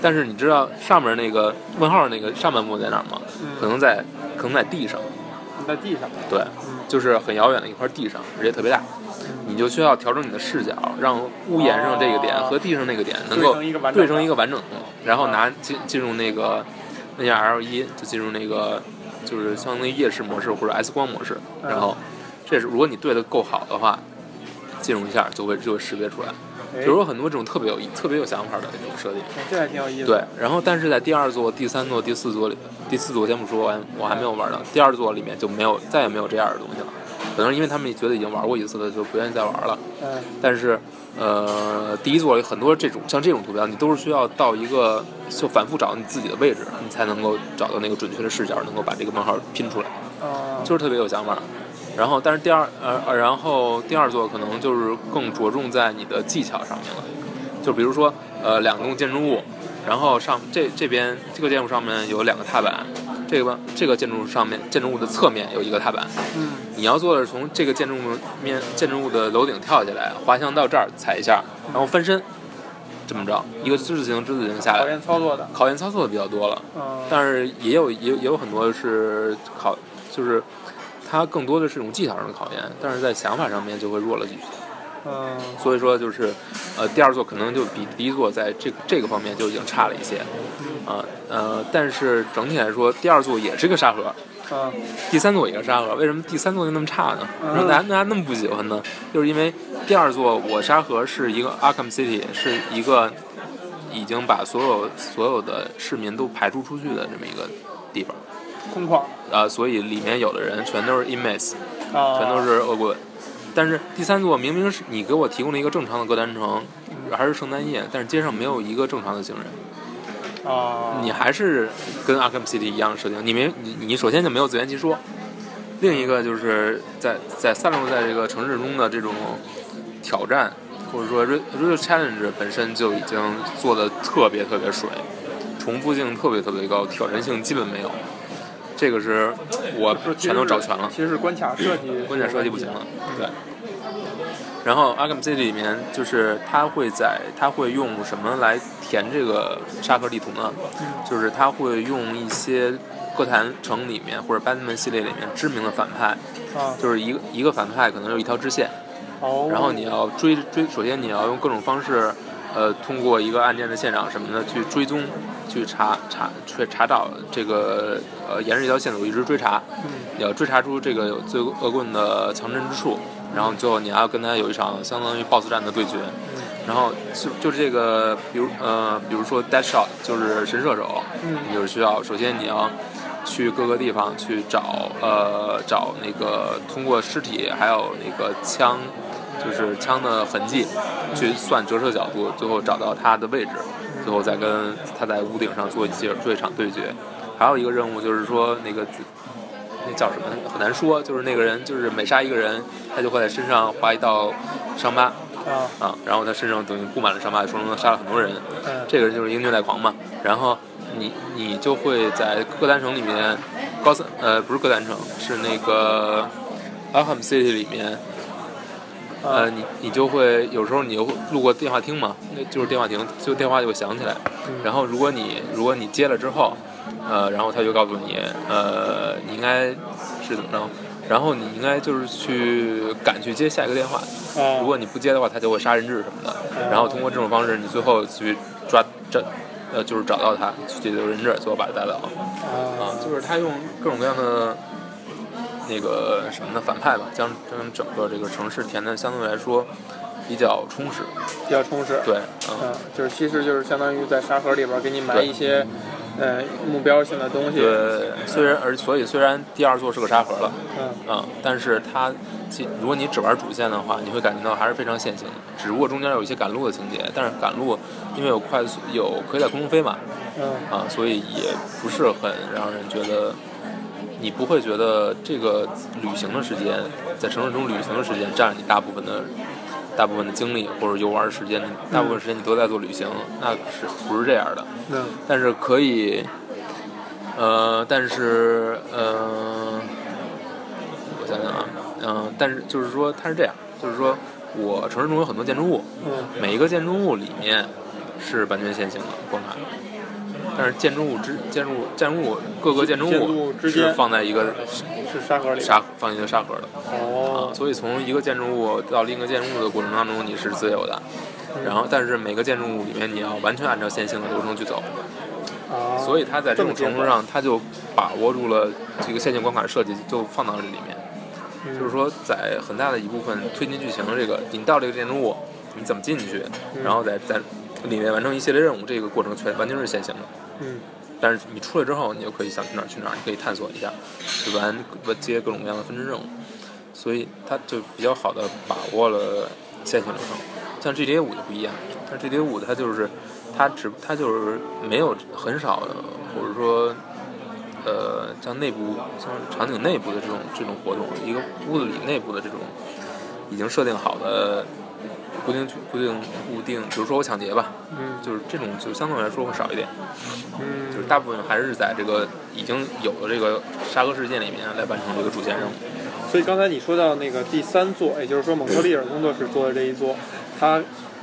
[SPEAKER 1] 但是你
[SPEAKER 2] 嗯
[SPEAKER 1] 知道上面那个问号那个上半部在哪儿吗？可能在可能在地上，
[SPEAKER 2] 在地上。
[SPEAKER 1] 对，
[SPEAKER 2] 嗯
[SPEAKER 1] 就是很遥远的一块地上，而且特别大，你就需要调整你的视角，让屋檐上这个点
[SPEAKER 2] 哦
[SPEAKER 1] 和地上那个点能
[SPEAKER 2] 对
[SPEAKER 1] 够
[SPEAKER 2] 成一个完整
[SPEAKER 1] 对
[SPEAKER 2] 的嗯
[SPEAKER 1] 成一个完整的，然后拿进进入那个 N R 一，就进入那个就是相当于夜视模式或者 S 光模式，
[SPEAKER 2] 嗯
[SPEAKER 1] 然后这是如果你对的够好的话，进入一下就会就会识别出来。
[SPEAKER 2] 哎
[SPEAKER 1] 比如说很多这种特别有意特别有想法的这种设定，
[SPEAKER 2] 哎这还挺有意思。
[SPEAKER 1] 对，，然后但是在第二座、第三座、第四座里，第四座先不说，我还我还没有玩到，第二座里面就没有再也没有这样的东西了。可能是因为他们觉得已经玩过一次了，就不愿意再玩了。
[SPEAKER 2] 嗯，
[SPEAKER 1] 但是，呃，第一座有很多这种像这种图标，你都是需要到一个就反复找你自己的位置，你才能够找到那个准确的视角，能够把这个漫画拼出来。
[SPEAKER 2] 啊，
[SPEAKER 1] 就是特别有想法。然后，但是第二呃，呃然后第二座可能就是更着重在你的技巧上面了，就比如说呃两栋建筑物，然后上这这边这个建筑上面有两个踏板，这个这个建筑上面建筑物的侧面有一个踏板，
[SPEAKER 2] 嗯，
[SPEAKER 1] 你要做的是从这个建筑物面建筑物的楼顶跳下来，滑翔到这儿踩一下，然后翻身，这么着一个之字形之字形下
[SPEAKER 2] 考
[SPEAKER 1] 来，
[SPEAKER 2] 验操作的，
[SPEAKER 1] 考验操作的比较多了。
[SPEAKER 2] 嗯，
[SPEAKER 1] 但是也有也有也有很多是考，就是它更多的是一种技巧上的考验，但是在想法上面就会弱了几些。
[SPEAKER 2] 嗯，
[SPEAKER 1] 所以说就是，呃，第二座可能就比第一座在这这个方面就已经差了一些，啊呃但是整体来说，第二座也是个沙盒，
[SPEAKER 2] 嗯，
[SPEAKER 1] 第三座也是沙盒，为什么第三座就那么差呢？
[SPEAKER 2] 嗯
[SPEAKER 1] 为什么大家大家那么不喜欢呢？就是因为第二座我沙盒是一个 Arkham City，是一个已经把所有所有的市民都排除出去的这么一个地方。
[SPEAKER 2] 空旷，
[SPEAKER 1] 啊，所以里面有的人全都是 inmates，
[SPEAKER 2] 啊，
[SPEAKER 1] 全都是恶棍。但是第三座明明是你给我提供了一个正常的歌单城，还是圣诞夜，但是街上没有一个正常的行人，
[SPEAKER 3] 哦
[SPEAKER 2] 啊，
[SPEAKER 1] 你还是跟 Arkham City 一样的设定，你没你你首先就没有自圆其说。另一个就是在在散落在这个城市中的这种呃挑战，或者说 r e challenge 本身就已经做的特别特别水，重复性特别特别高，挑战性基本没有。这个是我
[SPEAKER 2] 说其实
[SPEAKER 1] 全都找全了。
[SPEAKER 2] 其实是关卡设计，
[SPEAKER 1] 关键设计不行了，对。然后 Arkham City 里面就是它会在它会用什么来填这个沙盒地图呢？就是它会用一些哥谭城里面或者 Batman 系列里面知名的反派，
[SPEAKER 2] 啊，
[SPEAKER 1] 就是一个一个反派可能有一条支线，
[SPEAKER 2] 哦，
[SPEAKER 1] 然后你要追追，首先你要用各种方式，呃，通过一个案件的现场什么的去追踪，去查查去查找这个呃沿着一条线索一直追查，
[SPEAKER 2] 嗯，
[SPEAKER 1] 要追查出这个有罪恶棍的藏身之处，然后最后你还要跟他有一场相当于 BOSS 战的对决，然后就就是这个，比如呃，比如说 Deadshot 就是神射手，
[SPEAKER 2] 嗯
[SPEAKER 1] 你就是需要首先你要去各个地方去找呃找那个通过尸体还有那个枪，就是枪的痕迹，去算折射角度，最后找到他的位置，最后再跟他在屋顶上做一些做一场对决。还有一个任务就是说那个那叫什么很难说，就是那个人就是每杀一个人，他就会在身上划一道伤疤。
[SPEAKER 2] 啊，
[SPEAKER 1] 啊，然后他身上等于布满了伤疤，说明他杀了很多人。
[SPEAKER 2] 嗯，
[SPEAKER 1] 这个人就是一个虐待狂嘛。然后你你就会在哥谭城里面，高三呃不是哥谭城，是那个 Arkham City 里面，呃
[SPEAKER 2] 啊，
[SPEAKER 1] 你你就会有时候你就会路过电话亭嘛，那就是电话亭，就电话就会响起来。然后如果你如果你接了之后，呃，然后他就告诉你，呃，你应该是怎么着，然后你应该就是去赶去接下一个电话。
[SPEAKER 2] 啊，
[SPEAKER 1] 如果你不接的话，他就会杀人质什么的。然后通过这种方式，你最后去抓这，呃，就是找到他，去解救人质，最后把他打倒。啊
[SPEAKER 2] 啊，，
[SPEAKER 1] 就是他用各种各样的那个什么的反派吧，将将整个这个城市填的相对来说比较充实。
[SPEAKER 2] 比较充实，
[SPEAKER 1] 对，嗯，
[SPEAKER 2] 嗯，就是其实就是相当于在沙盒里边儿给你埋
[SPEAKER 1] 对
[SPEAKER 2] 一些，呃，目标性的东西，
[SPEAKER 1] 对，虽然而所以虽然第二座是个沙盒了，
[SPEAKER 2] 嗯，
[SPEAKER 1] 嗯，但是它其如果你只玩主线的话，你会感觉到还是非常线性的，只不过中间有一些赶路的情节，但是赶路因为有快速有可以在空中飞嘛，
[SPEAKER 2] 嗯，
[SPEAKER 1] 啊，所以也不是很让人觉得，你不会觉得这个旅行的时间，在城市中旅行的时间占了你大部分的大部分的精力或者游玩的时间，大部分时间你都在做旅行，那是不是这样的？
[SPEAKER 2] 嗯，
[SPEAKER 1] 但是可以，呃，但是呃，我想想啊，嗯、但是就是说它是这样，就是说我城市中有很多建筑物，
[SPEAKER 2] 嗯，
[SPEAKER 1] 每一个建筑物里面是完全线性的关卡，但是建筑物之建筑建筑物各个建筑
[SPEAKER 2] 建筑物
[SPEAKER 1] 物
[SPEAKER 2] 之间
[SPEAKER 1] 是放在一个
[SPEAKER 2] 是沙盒里边
[SPEAKER 1] 沙放一个沙盒的。
[SPEAKER 2] 哦
[SPEAKER 1] 啊，，所以从一个建筑物到另一个建筑物的过程当中，你是自由的。然后，但是每个建筑物里面，你要完全按照线性的流程去走，
[SPEAKER 2] 啊，
[SPEAKER 1] 所以它在这种
[SPEAKER 2] 么
[SPEAKER 1] 程
[SPEAKER 2] 结
[SPEAKER 1] 度
[SPEAKER 2] 合，
[SPEAKER 1] 上，它就把握住了这个线性关卡设计，就放到了这里面。
[SPEAKER 2] 嗯
[SPEAKER 1] 就是说，在很大的一部分推进剧情的这个，你到这个建筑物，你怎么进去，然后再在里面完成一系列任务，这个过程全完全是线性的。
[SPEAKER 2] 嗯，
[SPEAKER 1] 但是你出来之后，你就可以想去哪儿去哪儿，你可以探索一下，去完接各种各样的分支任务，所以它就比较好的把握了线性流程。像 GTA 五就不一样，像 GTA 五它就是它只它就是没有很少的，或者说呃像内部像场景内部的这种这种活动，一个屋子里内部的这种已经设定好的固定固定固定，比如说我抢劫吧，
[SPEAKER 2] 嗯
[SPEAKER 1] 就是这种就相对来说会少一点。
[SPEAKER 2] 嗯，
[SPEAKER 1] 就是大部分还是在这个已经有的这个沙盒事件里面来完成这个主线任务。
[SPEAKER 2] 所以刚才你说到那个第三座，也就是说蒙特利尔工作室做的这一座，它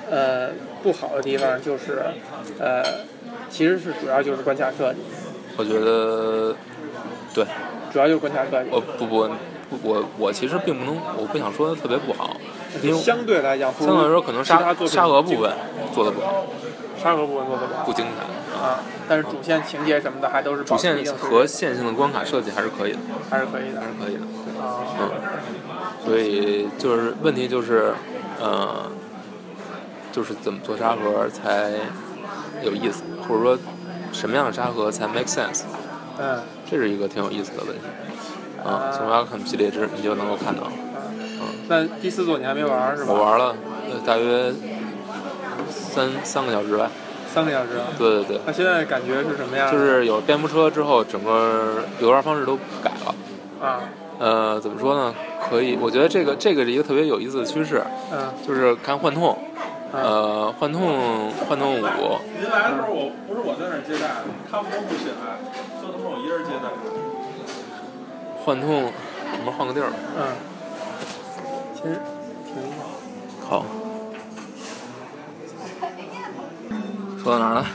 [SPEAKER 2] 呃不好的地方就是呃其实是主要就是关卡设计，
[SPEAKER 1] 我觉得，对，
[SPEAKER 2] 主要就是关卡设计。
[SPEAKER 1] 我不不不我我其实并不能，我不想说它特别不好，因为相
[SPEAKER 2] 相对来讲，不如
[SPEAKER 1] 对来说可能
[SPEAKER 2] 其他
[SPEAKER 1] 沙
[SPEAKER 2] 作品
[SPEAKER 1] 沙俄部分做的不好，
[SPEAKER 2] 沙盒部分做的吧
[SPEAKER 1] 不精彩，
[SPEAKER 2] 啊，但是主线情节什么的还都是
[SPEAKER 1] 主
[SPEAKER 2] 主
[SPEAKER 1] 线和线性的关卡设计还是可以的，
[SPEAKER 2] 还是可以的
[SPEAKER 1] 还是可以的，
[SPEAKER 2] 啊，
[SPEAKER 1] 嗯，所以就是问题就是，呃，就是怎么做沙盒才有意思，或者说什么样的沙盒才 make sense。
[SPEAKER 2] 嗯。
[SPEAKER 1] 这是一个挺有意思的问题。
[SPEAKER 2] 啊
[SPEAKER 1] 啊，从 Welcome 系列之你就能够看到，
[SPEAKER 2] 那第四座你还没玩儿是吧？
[SPEAKER 1] 我玩了呃大约三三个小时吧。
[SPEAKER 2] 三个小时啊。
[SPEAKER 1] 对对对，
[SPEAKER 2] 那现在感觉是什么样？
[SPEAKER 1] 就是有蝙蝠车之后，整个游玩方式都改了。
[SPEAKER 2] 啊，
[SPEAKER 1] 呃，怎么说呢？可以，我觉得这个这个是一个特别有意思的趋势，
[SPEAKER 2] 嗯
[SPEAKER 1] 就是看幻痛，呃，幻痛幻痛五，
[SPEAKER 4] 您来的时候我不是我在那儿接待，他们都不起来，就他妈我一人接待。
[SPEAKER 1] 幻痛，我们换个地儿吧。
[SPEAKER 2] 嗯，其实挺
[SPEAKER 1] 好。说到哪儿了？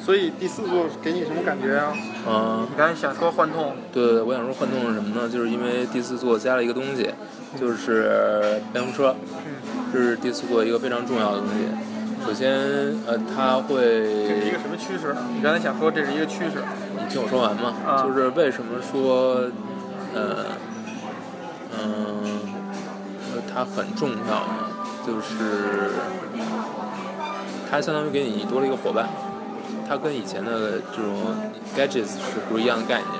[SPEAKER 2] 所以第四座给你什么感觉啊？
[SPEAKER 1] 嗯、
[SPEAKER 2] 你刚才想说幻痛，
[SPEAKER 1] 对对，对，我想说幻动是什么呢？就是因为第四座加了一个东西，就是蝙蝠车，
[SPEAKER 2] 嗯，
[SPEAKER 1] 这是第四座一个非常重要的东西。首先，呃，它会，
[SPEAKER 2] 这是一个什么趋势？你刚才想说这是一个趋势，
[SPEAKER 1] 你听我说完嘛，
[SPEAKER 2] 啊
[SPEAKER 1] 就是为什么说，呃，嗯、呃它很重要呢？就是它相当于给你多了一个伙伴，它跟以前的这种 gadgets 是不一样的概念。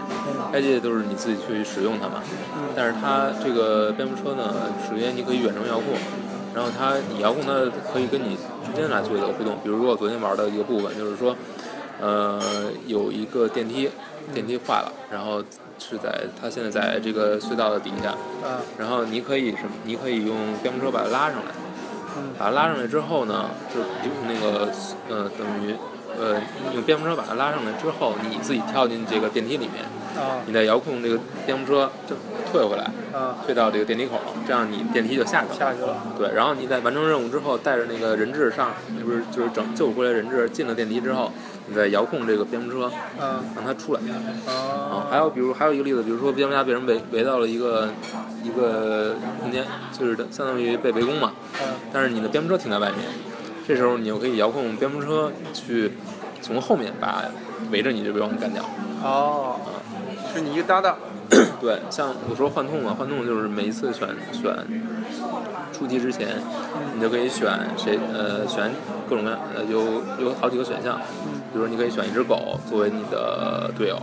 [SPEAKER 1] gadget 都是你自己去使用它嘛，但是它这个蝙蝠车呢，首先你可以远程遥控，然后它你遥控它可以跟你之间来做一个互动。比如说我昨天玩的一个部分就是说，呃，有一个电梯，电梯坏了，然后是在它现在在这个隧道的底下，
[SPEAKER 2] 嗯
[SPEAKER 3] 啊
[SPEAKER 1] 然后你可以什么？你可以用蝙蝠车把它拉上来，
[SPEAKER 2] 嗯
[SPEAKER 1] 把它拉上来之后呢，就是用那个呃等于呃用蝙蝠车把它拉上来之后，你自己跳进这个电梯里面，
[SPEAKER 2] 啊
[SPEAKER 1] 你再遥控这个电动车就退回来，
[SPEAKER 2] 啊，
[SPEAKER 1] 退到这个电梯口，这样你电梯就下去了。
[SPEAKER 2] 下去了，
[SPEAKER 1] 对，然后你在完成任务之后，带着那个人质上，不是就是拯救回来人质进了电梯之后，你再遥控这个电动车
[SPEAKER 2] 嗯
[SPEAKER 1] 让它出来。啊，
[SPEAKER 2] 啊
[SPEAKER 1] 还有比如还有一个例子，比如说蝙蝠侠被人围围到了一个一个空间，就是相当于被围攻嘛，
[SPEAKER 2] 嗯
[SPEAKER 1] 但是你的蝙蝠车停在外面，这时候你就可以遥控蝙蝠车去从后面把围着你这帮人干掉。
[SPEAKER 2] 哦，是你一个搭档，
[SPEAKER 1] [clears throat] 对，像我说幻痛嘛，幻痛就是每一次选选出题之前，你就可以选谁呃选各种各样呃有有好几个选项，比如说你可以选一只狗作为你的队友，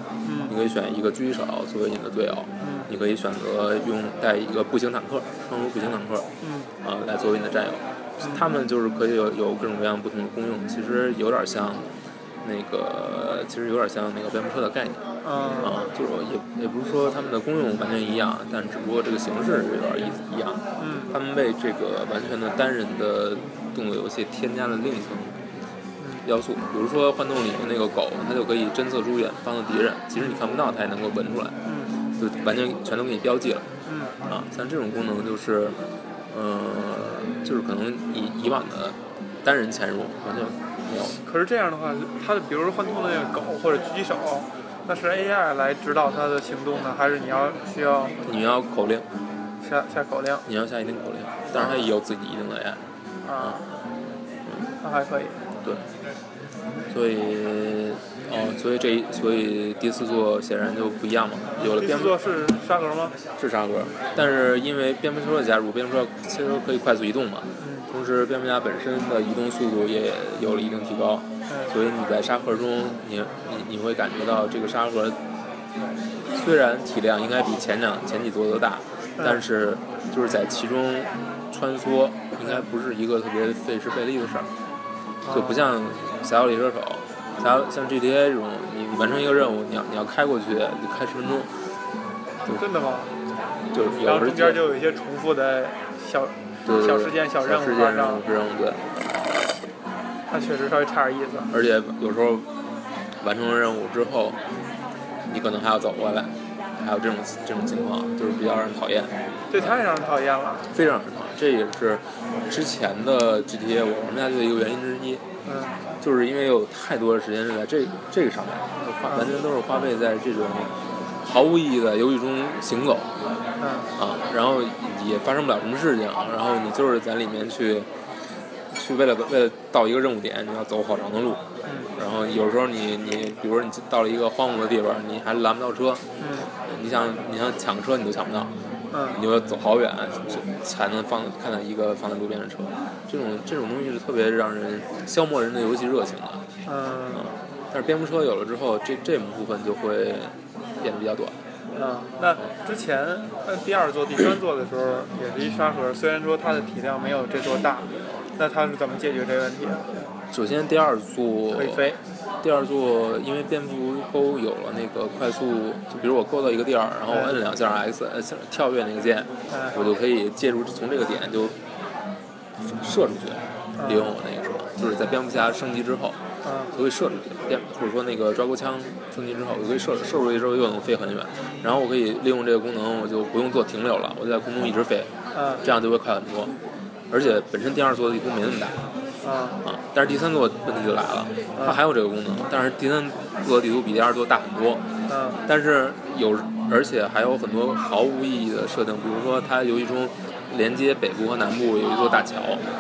[SPEAKER 1] 你可以选一个狙击手作为你的队友，你可以选择用带一个步行坦克，双足步行坦克，
[SPEAKER 2] 嗯
[SPEAKER 1] 啊、来作为你的战友，他们就是可以有有各种各样不同的功用，其实有点像那个其实有点像那个蝙蝠车的概念。
[SPEAKER 2] 嗯
[SPEAKER 1] 啊，就是我也也不是说他们的功用完全一样，但只不过这个形式有点一一样。
[SPEAKER 2] 嗯
[SPEAKER 1] 他们为这个完全的单人的动作游戏添加了另一层要素，比如说《幻动》里面那个狗，它就可以侦测出远方的敌人，即使你看不到，它也能够闻出来，
[SPEAKER 2] 嗯
[SPEAKER 1] 就完全全都给你标记了
[SPEAKER 2] 嗯
[SPEAKER 1] 啊。像这种功能就是，呃，就是可能以以往的单人潜入好像没有了。
[SPEAKER 3] 可是这样的话，它的比如说幻痛的那个狗或者狙击手，那是 AI 来指导它的行动呢，还是你要需要
[SPEAKER 1] 你要口令，
[SPEAKER 3] 下下口令
[SPEAKER 1] 你要下一定口令，但是它也有自己一定的 AI，
[SPEAKER 3] 啊？
[SPEAKER 2] 嗯
[SPEAKER 3] 那还可以。
[SPEAKER 1] 对，所以哦，所以这一所以第四座显然就不一样嘛，有了
[SPEAKER 3] 第
[SPEAKER 1] 蝙
[SPEAKER 3] 四
[SPEAKER 1] 蝠
[SPEAKER 3] 座是沙格吗？
[SPEAKER 1] 是沙格，但是因为蝙蝠车的加入，蝙蝠车其实可以快速移动嘛，
[SPEAKER 3] 嗯
[SPEAKER 1] 同时蝙蝠侠本身的移动速度也有了一定提高，
[SPEAKER 3] 嗯
[SPEAKER 1] 所以你在沙盒中，你你你会感觉到这个沙盒虽然体量应该比前两前几座都大，但是就是在其中穿梭，应该不是一个特别费时费力的事儿，就不像侠盗猎车手，侠盗像 GTA 这种，你你完成一个任务，你要你要开过去，你开十分钟，
[SPEAKER 3] 啊真的吗？
[SPEAKER 1] 就是
[SPEAKER 3] 然
[SPEAKER 1] 有
[SPEAKER 3] 后
[SPEAKER 1] 时
[SPEAKER 3] 中间就有一些重复的小
[SPEAKER 1] 对对对
[SPEAKER 3] 小事件、小任
[SPEAKER 1] 事
[SPEAKER 3] 务
[SPEAKER 1] 件
[SPEAKER 3] 啊，
[SPEAKER 1] 任
[SPEAKER 3] 让
[SPEAKER 1] 务任务对，
[SPEAKER 3] 它确实稍微差点意思。
[SPEAKER 1] 而且有时候完成了任务之后，你可能还要走回来，还有这种这种情况，就是比较让人讨厌。
[SPEAKER 3] 这太让人讨厌了。
[SPEAKER 1] 非常正常，这也是之前的 GTA 我玩不下去的一个原因之一，
[SPEAKER 3] 嗯，
[SPEAKER 1] 就是因为有太多的时间是在这这个上面，就花完全都是花费在这种毫无意义的游戏中行走
[SPEAKER 3] 嗯，
[SPEAKER 1] 啊，然后也发生不了什么事情，然后你就是在里面去去为了为了到一个任务点，你要走好长的路，
[SPEAKER 3] 嗯，
[SPEAKER 1] 然后有时候你你比如说你到了一个荒芜的地方，你还拦不到车，
[SPEAKER 3] 嗯，
[SPEAKER 1] 你想你想抢个车你都抢不到，
[SPEAKER 3] 嗯，
[SPEAKER 1] 你就要走好远，这才能放看到一个放在路边的车。这种这种东西是特别让人消磨人的游戏热情的啊、
[SPEAKER 3] 嗯，
[SPEAKER 1] 但是蝙蝠车有了之后，这这部分就会变得比较短。
[SPEAKER 3] 嗯。那之前，呃，第二座、第三座的时候，也是一沙盒，虽然说它的体量没有这座大，那它是怎么解决这个问题的？
[SPEAKER 1] 首先，第二座
[SPEAKER 3] 可以飞。
[SPEAKER 1] 第二座，因为蝙蝠钩有了那个快速，就比如我勾到一个地儿，然后我摁两下 X 呃跳跃那个键，我
[SPEAKER 3] 嗯，
[SPEAKER 1] 就可以借助从这个点就射出去，利用我那个什么，就是在蝙蝠侠升级之后。
[SPEAKER 3] 嗯，
[SPEAKER 1] 我可以射出去，变或者说那个抓钩枪升级之后，我可以射射出去之后又能飞很远，然后我可以利用这个功能，我就不用做停留了，我就在空中一直飞，
[SPEAKER 3] 嗯，
[SPEAKER 1] 这样就会快很多。而且本身第二座的地图没那么大
[SPEAKER 3] 嗯，
[SPEAKER 1] 啊，但是第三座问题就来了，它还有这个功能，但是第三座地图比第二座大很多，
[SPEAKER 3] 嗯，
[SPEAKER 1] 但是有而且还有很多毫无意义的设定，比如说它游戏中连接北部和南部有一座大桥，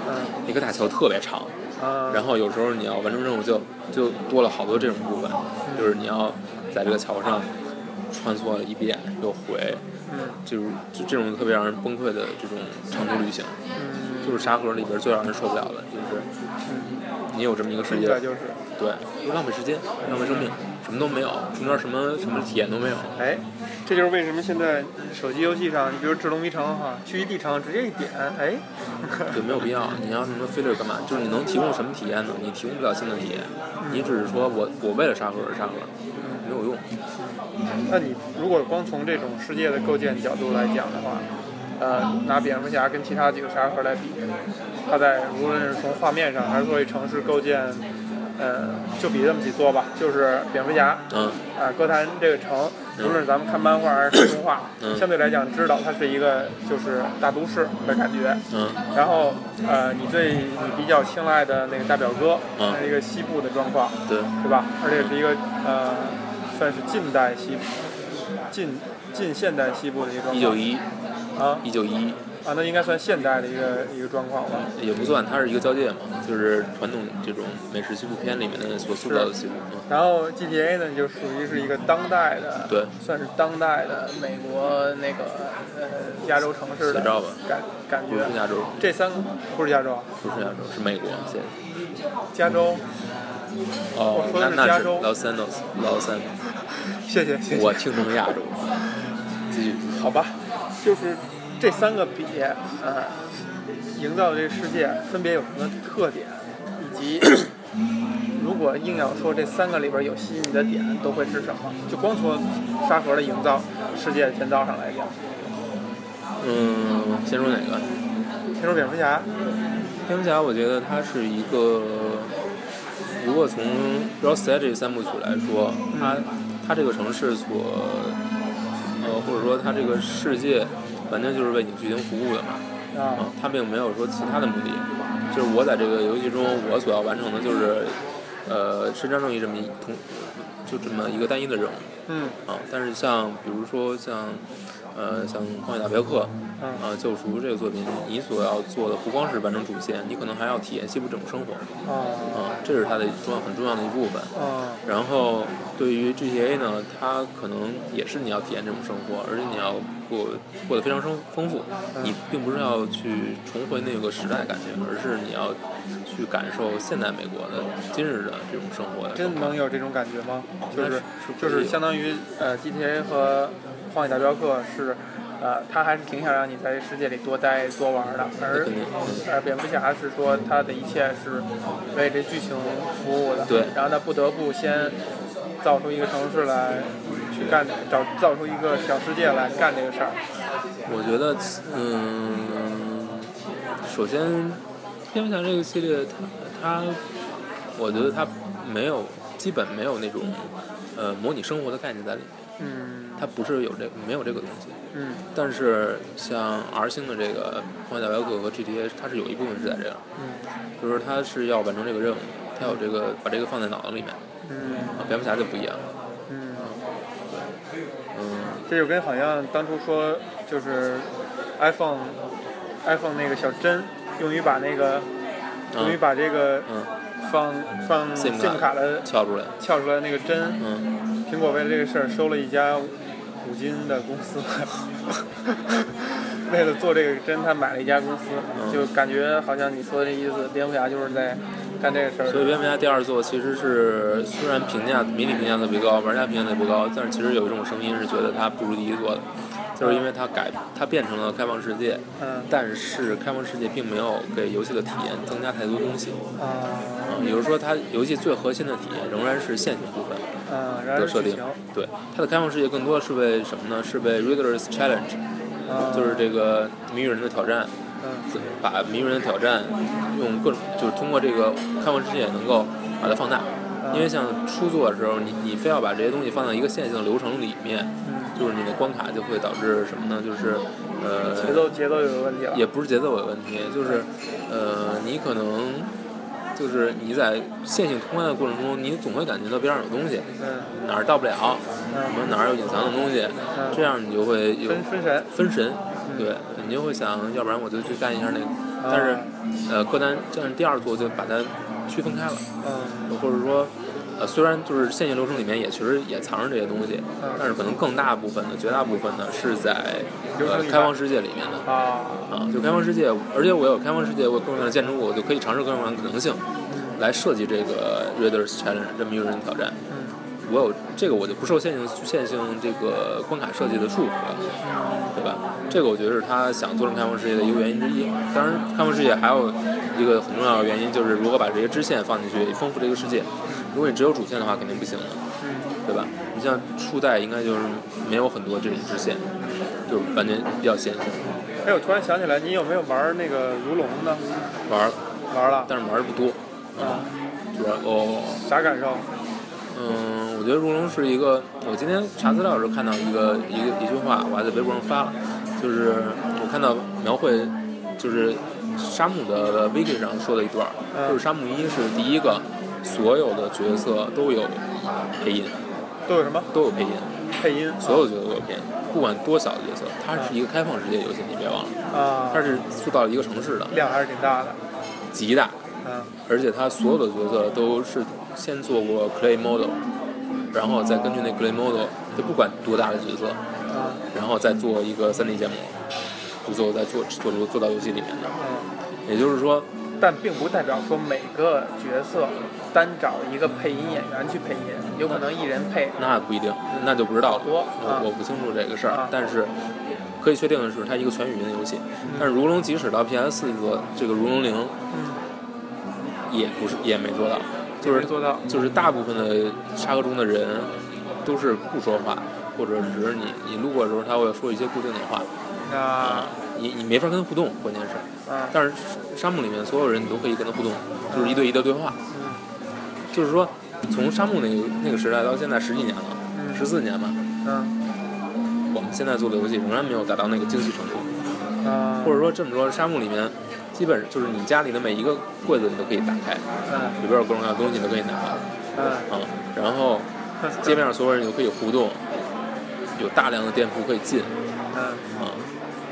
[SPEAKER 3] 嗯，
[SPEAKER 1] 那个大桥特别长，
[SPEAKER 3] 嗯，
[SPEAKER 1] 然
[SPEAKER 3] 后，
[SPEAKER 1] 后有时候你要完成任务就就多了好多这种部分，就是你要在这个桥上穿梭了一遍又回，
[SPEAKER 3] 嗯，
[SPEAKER 1] 就是就这种特别让人崩溃的这种长途旅行，
[SPEAKER 3] 嗯，
[SPEAKER 1] 就是沙盒里边最让人受不了的，就是你有这么一个世
[SPEAKER 3] 听
[SPEAKER 1] 界
[SPEAKER 3] 起，来就是，
[SPEAKER 1] 对，就浪费时间，浪费生命，什么都没有，中间什么什么体验都没有。
[SPEAKER 3] 哎，这就是为什么现在手机游戏上，你比如《智龙迷城》哈，去一地城直接一点，哎，
[SPEAKER 1] 就没有必要。你要什么飞这干嘛？就是你能提供什么体验呢？你提供不了新的体验，你只是说我我为了沙盒而沙盒，没有用。
[SPEAKER 3] 那你如果光从这种世界的构建角度来讲的话，呃，拿蝙蝠侠跟其他几个沙盒来比，它在无论是从画面上还是作为城市构建，呃，就比这么几座吧，就是蝙蝠侠
[SPEAKER 1] 嗯，
[SPEAKER 3] 啊、哥谭这个城，无论是咱们看漫画还是看动画，
[SPEAKER 1] 嗯
[SPEAKER 3] 相对来讲知道它是一个就是大都市的感觉。
[SPEAKER 1] 嗯，
[SPEAKER 3] 然后呃，你最你比较青睐的那个大表哥，
[SPEAKER 1] 嗯
[SPEAKER 3] 它是一个西部的状况，
[SPEAKER 1] 对，
[SPEAKER 3] 对吧？而且是一个呃，算是近代西部近近现代西部的一个
[SPEAKER 1] 一
[SPEAKER 3] 状
[SPEAKER 1] 九
[SPEAKER 3] 况
[SPEAKER 1] 一
[SPEAKER 3] 啊
[SPEAKER 1] 一九一
[SPEAKER 3] 啊，那应该算现代的一个一个状况吧。
[SPEAKER 1] 也不算，它是一个交界嘛，就是传统这种美食西部片里面的所塑造的西部。嗯
[SPEAKER 3] 然后 GTA 呢，就属于是一个当代的，
[SPEAKER 1] 对，
[SPEAKER 3] 算是当代的美国那个呃亚洲城市的
[SPEAKER 1] 写照吧
[SPEAKER 3] 感感
[SPEAKER 1] 不
[SPEAKER 3] 觉
[SPEAKER 1] 是。加州，
[SPEAKER 3] 这三个不是加州啊，
[SPEAKER 1] 不是加州，是美国。现在
[SPEAKER 3] 加州，
[SPEAKER 1] 哦
[SPEAKER 3] 我，说
[SPEAKER 1] 那
[SPEAKER 3] 的是
[SPEAKER 1] 那
[SPEAKER 3] 加
[SPEAKER 1] 是
[SPEAKER 3] 州
[SPEAKER 1] Los Angeles，Los Angeles，
[SPEAKER 3] 谢谢谢谢。
[SPEAKER 1] 我听成亚洲。继续，
[SPEAKER 3] 好吧，就是这三个比，呃，营造这个世界分别有什么特点，以及如果硬要说这三个里边有吸引你的点，都会是什么？就光从沙盒的营造、世界的建造上来讲，
[SPEAKER 1] 嗯，先说哪个？
[SPEAKER 3] 先说蝙蝠侠，
[SPEAKER 1] 蝙蝠侠，我觉得它是一个，如果从《Ross》这三部曲来说，它它这个城市所，呃，或者说它这个世界，完全就是为你剧情服务的嘛。
[SPEAKER 3] 啊
[SPEAKER 1] 啊，它并没有说其他的目的，就是我在这个游戏中，我所要完成的就是，呃，伸张正义这么一同，就这么一个单一的任务
[SPEAKER 3] 嗯
[SPEAKER 1] 啊。但是像比如说像，呃，像《荒野大镖客》
[SPEAKER 3] 嗯
[SPEAKER 1] 啊，《救赎》这个作品，你所要做的不光是完成主线，你可能还要体验西部整个生活
[SPEAKER 3] 啊
[SPEAKER 1] 啊，这是它的重要很重要的一部分。
[SPEAKER 3] 啊
[SPEAKER 1] 然后对于 GTA 呢，它可能也是你要体验这种生活，而且你要过过得非常丰丰富。你并不是要去重回那个时代感觉，而是你要去感受现代美国的今日的这种生活的。
[SPEAKER 3] 真能有这种感觉吗？就
[SPEAKER 1] 应该
[SPEAKER 3] 是
[SPEAKER 1] 是
[SPEAKER 3] 就是
[SPEAKER 1] 可以
[SPEAKER 3] 是
[SPEAKER 1] 有
[SPEAKER 3] 相当于呃 GTA 和荒野大镖客是，呃，他还是挺想让你在这世界里多待多玩的，而
[SPEAKER 1] 肯定嗯
[SPEAKER 3] 而蝙蝠侠是说他的一切是为这剧情服务的，
[SPEAKER 1] 对
[SPEAKER 3] 然后他不得不先造出一个城市来去干找造出一个小世界来干这个事儿，
[SPEAKER 1] 我觉得，嗯，首先，蝙蝠侠这个系列，它它，我觉得它没有基本没有那种呃模拟生活的概念在里面，
[SPEAKER 3] 嗯
[SPEAKER 1] 它不是有这没有这个东西。
[SPEAKER 3] 嗯
[SPEAKER 1] 但是像 R 星的这个《荒野大镖客》和 GTA，它是有一部分是在这样，
[SPEAKER 3] 嗯
[SPEAKER 1] 就是它是要完成这个任务，它有这个把这个放在脑子里面。
[SPEAKER 3] 嗯
[SPEAKER 1] 啊，蝙蝠侠就不一样，
[SPEAKER 3] 嗯，
[SPEAKER 1] 嗯，
[SPEAKER 3] 这就跟好像当初说就是 iPhone iPhone 那个小针用于把那个用于
[SPEAKER 1] 嗯
[SPEAKER 3] 把这个
[SPEAKER 1] 嗯，
[SPEAKER 3] 放放
[SPEAKER 1] SIM 卡
[SPEAKER 3] SIM 卡的
[SPEAKER 1] 撬出来，
[SPEAKER 3] 撬出来那个针，
[SPEAKER 1] 嗯，
[SPEAKER 3] 苹果为了这个事儿收了一家五金的公司， [laughs] 为了做这个针，他买了一家公司，
[SPEAKER 1] 嗯
[SPEAKER 3] 就感觉好像你说的这意思，蝙蝠侠就是在干这个事
[SPEAKER 1] 所以
[SPEAKER 3] 儿。
[SPEAKER 1] 蝙蝠侠第二作其实是虽然评价迷你评价特别高，玩家评价特别高，但是其实有一种声音是觉得它不如第一作的，就是因为它改它变成了开放世界，
[SPEAKER 3] 嗯
[SPEAKER 1] 但是开放世界并没有给游戏的体验增加太多东西。
[SPEAKER 3] 啊
[SPEAKER 1] 嗯，也就是说，它游戏最核心的体验仍然是线性部分
[SPEAKER 3] 嗯，然后
[SPEAKER 1] 的设
[SPEAKER 3] 是剧
[SPEAKER 1] 定
[SPEAKER 3] 情，。
[SPEAKER 1] 对，它的开放世界更多的是为什么呢？是为 Reader's Challenge，
[SPEAKER 3] 啊
[SPEAKER 1] 就是这个谜语人的挑战，
[SPEAKER 3] 嗯
[SPEAKER 1] 把谜语人的挑战用各种，就是通过这个开放世界能够把它放大。因为像初作的时候，你你非要把这些东西放到一个线性的流程里面，
[SPEAKER 3] 嗯，
[SPEAKER 1] 就是你的关卡就会导致什么呢？就是呃，
[SPEAKER 3] 节奏节奏有问题了。
[SPEAKER 1] 也不是节奏有问题，就是呃，你可能就是你在线性通关的过程中，你总会感觉到边上有东西，
[SPEAKER 3] 嗯
[SPEAKER 1] 哪儿到不了，什
[SPEAKER 3] 嗯
[SPEAKER 1] 么哪儿有隐藏的东西，这样你就会有
[SPEAKER 3] 分分神。
[SPEAKER 1] 分神，对，你就会想，要不然我就去干一下那个，但是呃，柯南但是第二作就把它区分开了，
[SPEAKER 3] 嗯
[SPEAKER 1] 或者说。呃，虽然就是线性流程里面也确实也藏着这些东西，但是可能更大部分的、绝大部分呢是在
[SPEAKER 3] 流程
[SPEAKER 1] 呃
[SPEAKER 3] 以外
[SPEAKER 1] 开放世界里面的。
[SPEAKER 3] 啊
[SPEAKER 1] 啊，就开放世界，而且我有开放世界，我有各种各样的建筑物，我就可以尝试各种各样的可能性，来设计这个 Readers Challenge 这么一个人挑战。
[SPEAKER 3] 嗯
[SPEAKER 1] 我有这个，我就不受限性限性这个关卡设计的束缚了，
[SPEAKER 3] 嗯
[SPEAKER 1] 对吧？这个我觉得是他想做成开放世界的一个原因之一。当然，开放世界还有一个很重要的原因就是如何把这些支线放进去，丰富这个世界。如果你只有主线的话，肯定不行的，
[SPEAKER 3] 嗯
[SPEAKER 1] 对吧？你像初代应该就是没有很多这种支线，就是完全比较线性
[SPEAKER 3] 哎，我突然想起来，你有没有玩那个如龙呢？
[SPEAKER 1] 玩儿，
[SPEAKER 3] 玩了。
[SPEAKER 1] 但是玩儿不多。
[SPEAKER 3] 啊，
[SPEAKER 1] 主要哦，
[SPEAKER 3] 啥感受？
[SPEAKER 1] 嗯，我觉得如龙是一个，我今天查资料的时候看到一个一个一句话，我还在微博上发了，就是我看到描绘就是沙漠的 wiki 上说的一段儿，
[SPEAKER 3] 嗯
[SPEAKER 1] 就是沙漠一是第一个，所有的角色都有配音，
[SPEAKER 3] 都有什么
[SPEAKER 1] 都有配音，
[SPEAKER 3] 配音？
[SPEAKER 1] 所有角色都有配音，不管多小的角色，它是一个开放世界游戏，你别忘了，
[SPEAKER 3] 啊
[SPEAKER 1] 它，是塑造一个城市的，
[SPEAKER 3] 量还是挺大的。
[SPEAKER 1] 极大，
[SPEAKER 3] 嗯
[SPEAKER 1] 而且他所有的角色都是先做过 clay model，然后再根据那 clay model，就不管多大的角色，
[SPEAKER 3] 嗯
[SPEAKER 1] 然后再做一个 3D 建模，就最后再做做出做到游戏里面的。
[SPEAKER 3] 嗯，
[SPEAKER 1] 也就是说，
[SPEAKER 3] 但并不代表说每个角色单找一个配音演员去配音，有可能一人配。
[SPEAKER 1] 那不一定，那就不知道了。
[SPEAKER 3] 好多啊
[SPEAKER 1] 我我不清楚这个事儿，
[SPEAKER 3] 啊
[SPEAKER 1] 但是可以确定的是，它一个全语音游戏。但是《如龙》即使到 PS 做这个《如龙零》，
[SPEAKER 3] 嗯，
[SPEAKER 1] 也不是也没做到，就是
[SPEAKER 3] 没做到
[SPEAKER 1] 就是大部分的沙盒中的人都是不说话，或者只是你你路过的时候他会说一些固定的话
[SPEAKER 3] 那
[SPEAKER 1] 你你没法跟他互动，关键是。
[SPEAKER 3] 嗯
[SPEAKER 1] 但是沙漠里面所有人你都可以跟他互动，就是一对一的对话。就是说，从沙漠那个那个时代到现在十几年了，
[SPEAKER 3] 嗯
[SPEAKER 1] 十四年吧，
[SPEAKER 3] 嗯
[SPEAKER 1] 我们现在做的游戏仍然没有达到那个精细程度。
[SPEAKER 3] 嗯，
[SPEAKER 1] 或者说这么说，沙漠里面基本就是你家里的每一个柜子你都可以打开，
[SPEAKER 3] 嗯
[SPEAKER 1] 里边有各种各样的东西你都可以拿，
[SPEAKER 3] 嗯，
[SPEAKER 1] 嗯，然后街面上所有人你都可以互动，有大量的店铺可以进，
[SPEAKER 3] 嗯
[SPEAKER 1] 啊，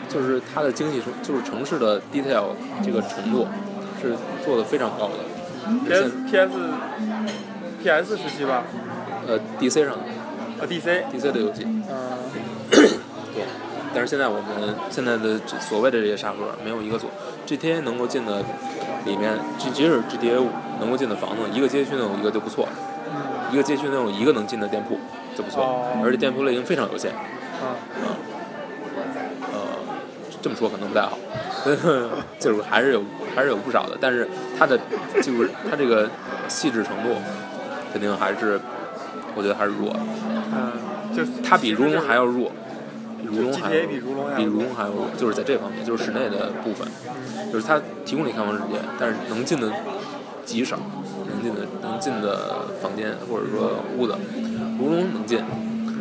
[SPEAKER 1] 就是它的精细程，就是城市的 detail 这个程度是做的非常高的。
[SPEAKER 3] ，PS
[SPEAKER 1] 现
[SPEAKER 3] PS PS 时期吧，
[SPEAKER 1] 呃 DC 上
[SPEAKER 3] 啊 DC，
[SPEAKER 1] DC 的游戏，
[SPEAKER 3] 嗯
[SPEAKER 1] 对。但是现在我们现在的这所谓的这些沙盒，没有一个做 GTA 能够进的里面，即即使 GTA 五能够进的房子，一个街区能有一个就不错了，
[SPEAKER 3] 嗯
[SPEAKER 1] 一个街区能有一个能进的店铺就不错
[SPEAKER 3] 哦，
[SPEAKER 1] 而且店铺类型非常有限。
[SPEAKER 3] 嗯，
[SPEAKER 1] 呃，这么说可能不太好，就是还是有还是有不少的，但是它的就是它这个细致程度，肯定还是我觉得还是弱的，
[SPEAKER 3] 嗯，就是
[SPEAKER 1] 它比如龙还要弱，比如龙还要
[SPEAKER 3] GTA 比如龙还要
[SPEAKER 1] 比如龙还要弱，就是在这方面，就是室内的部分，就是它提供你开放世界，但是能进的极少，能进的能进的房间或者说屋子，如龙能进。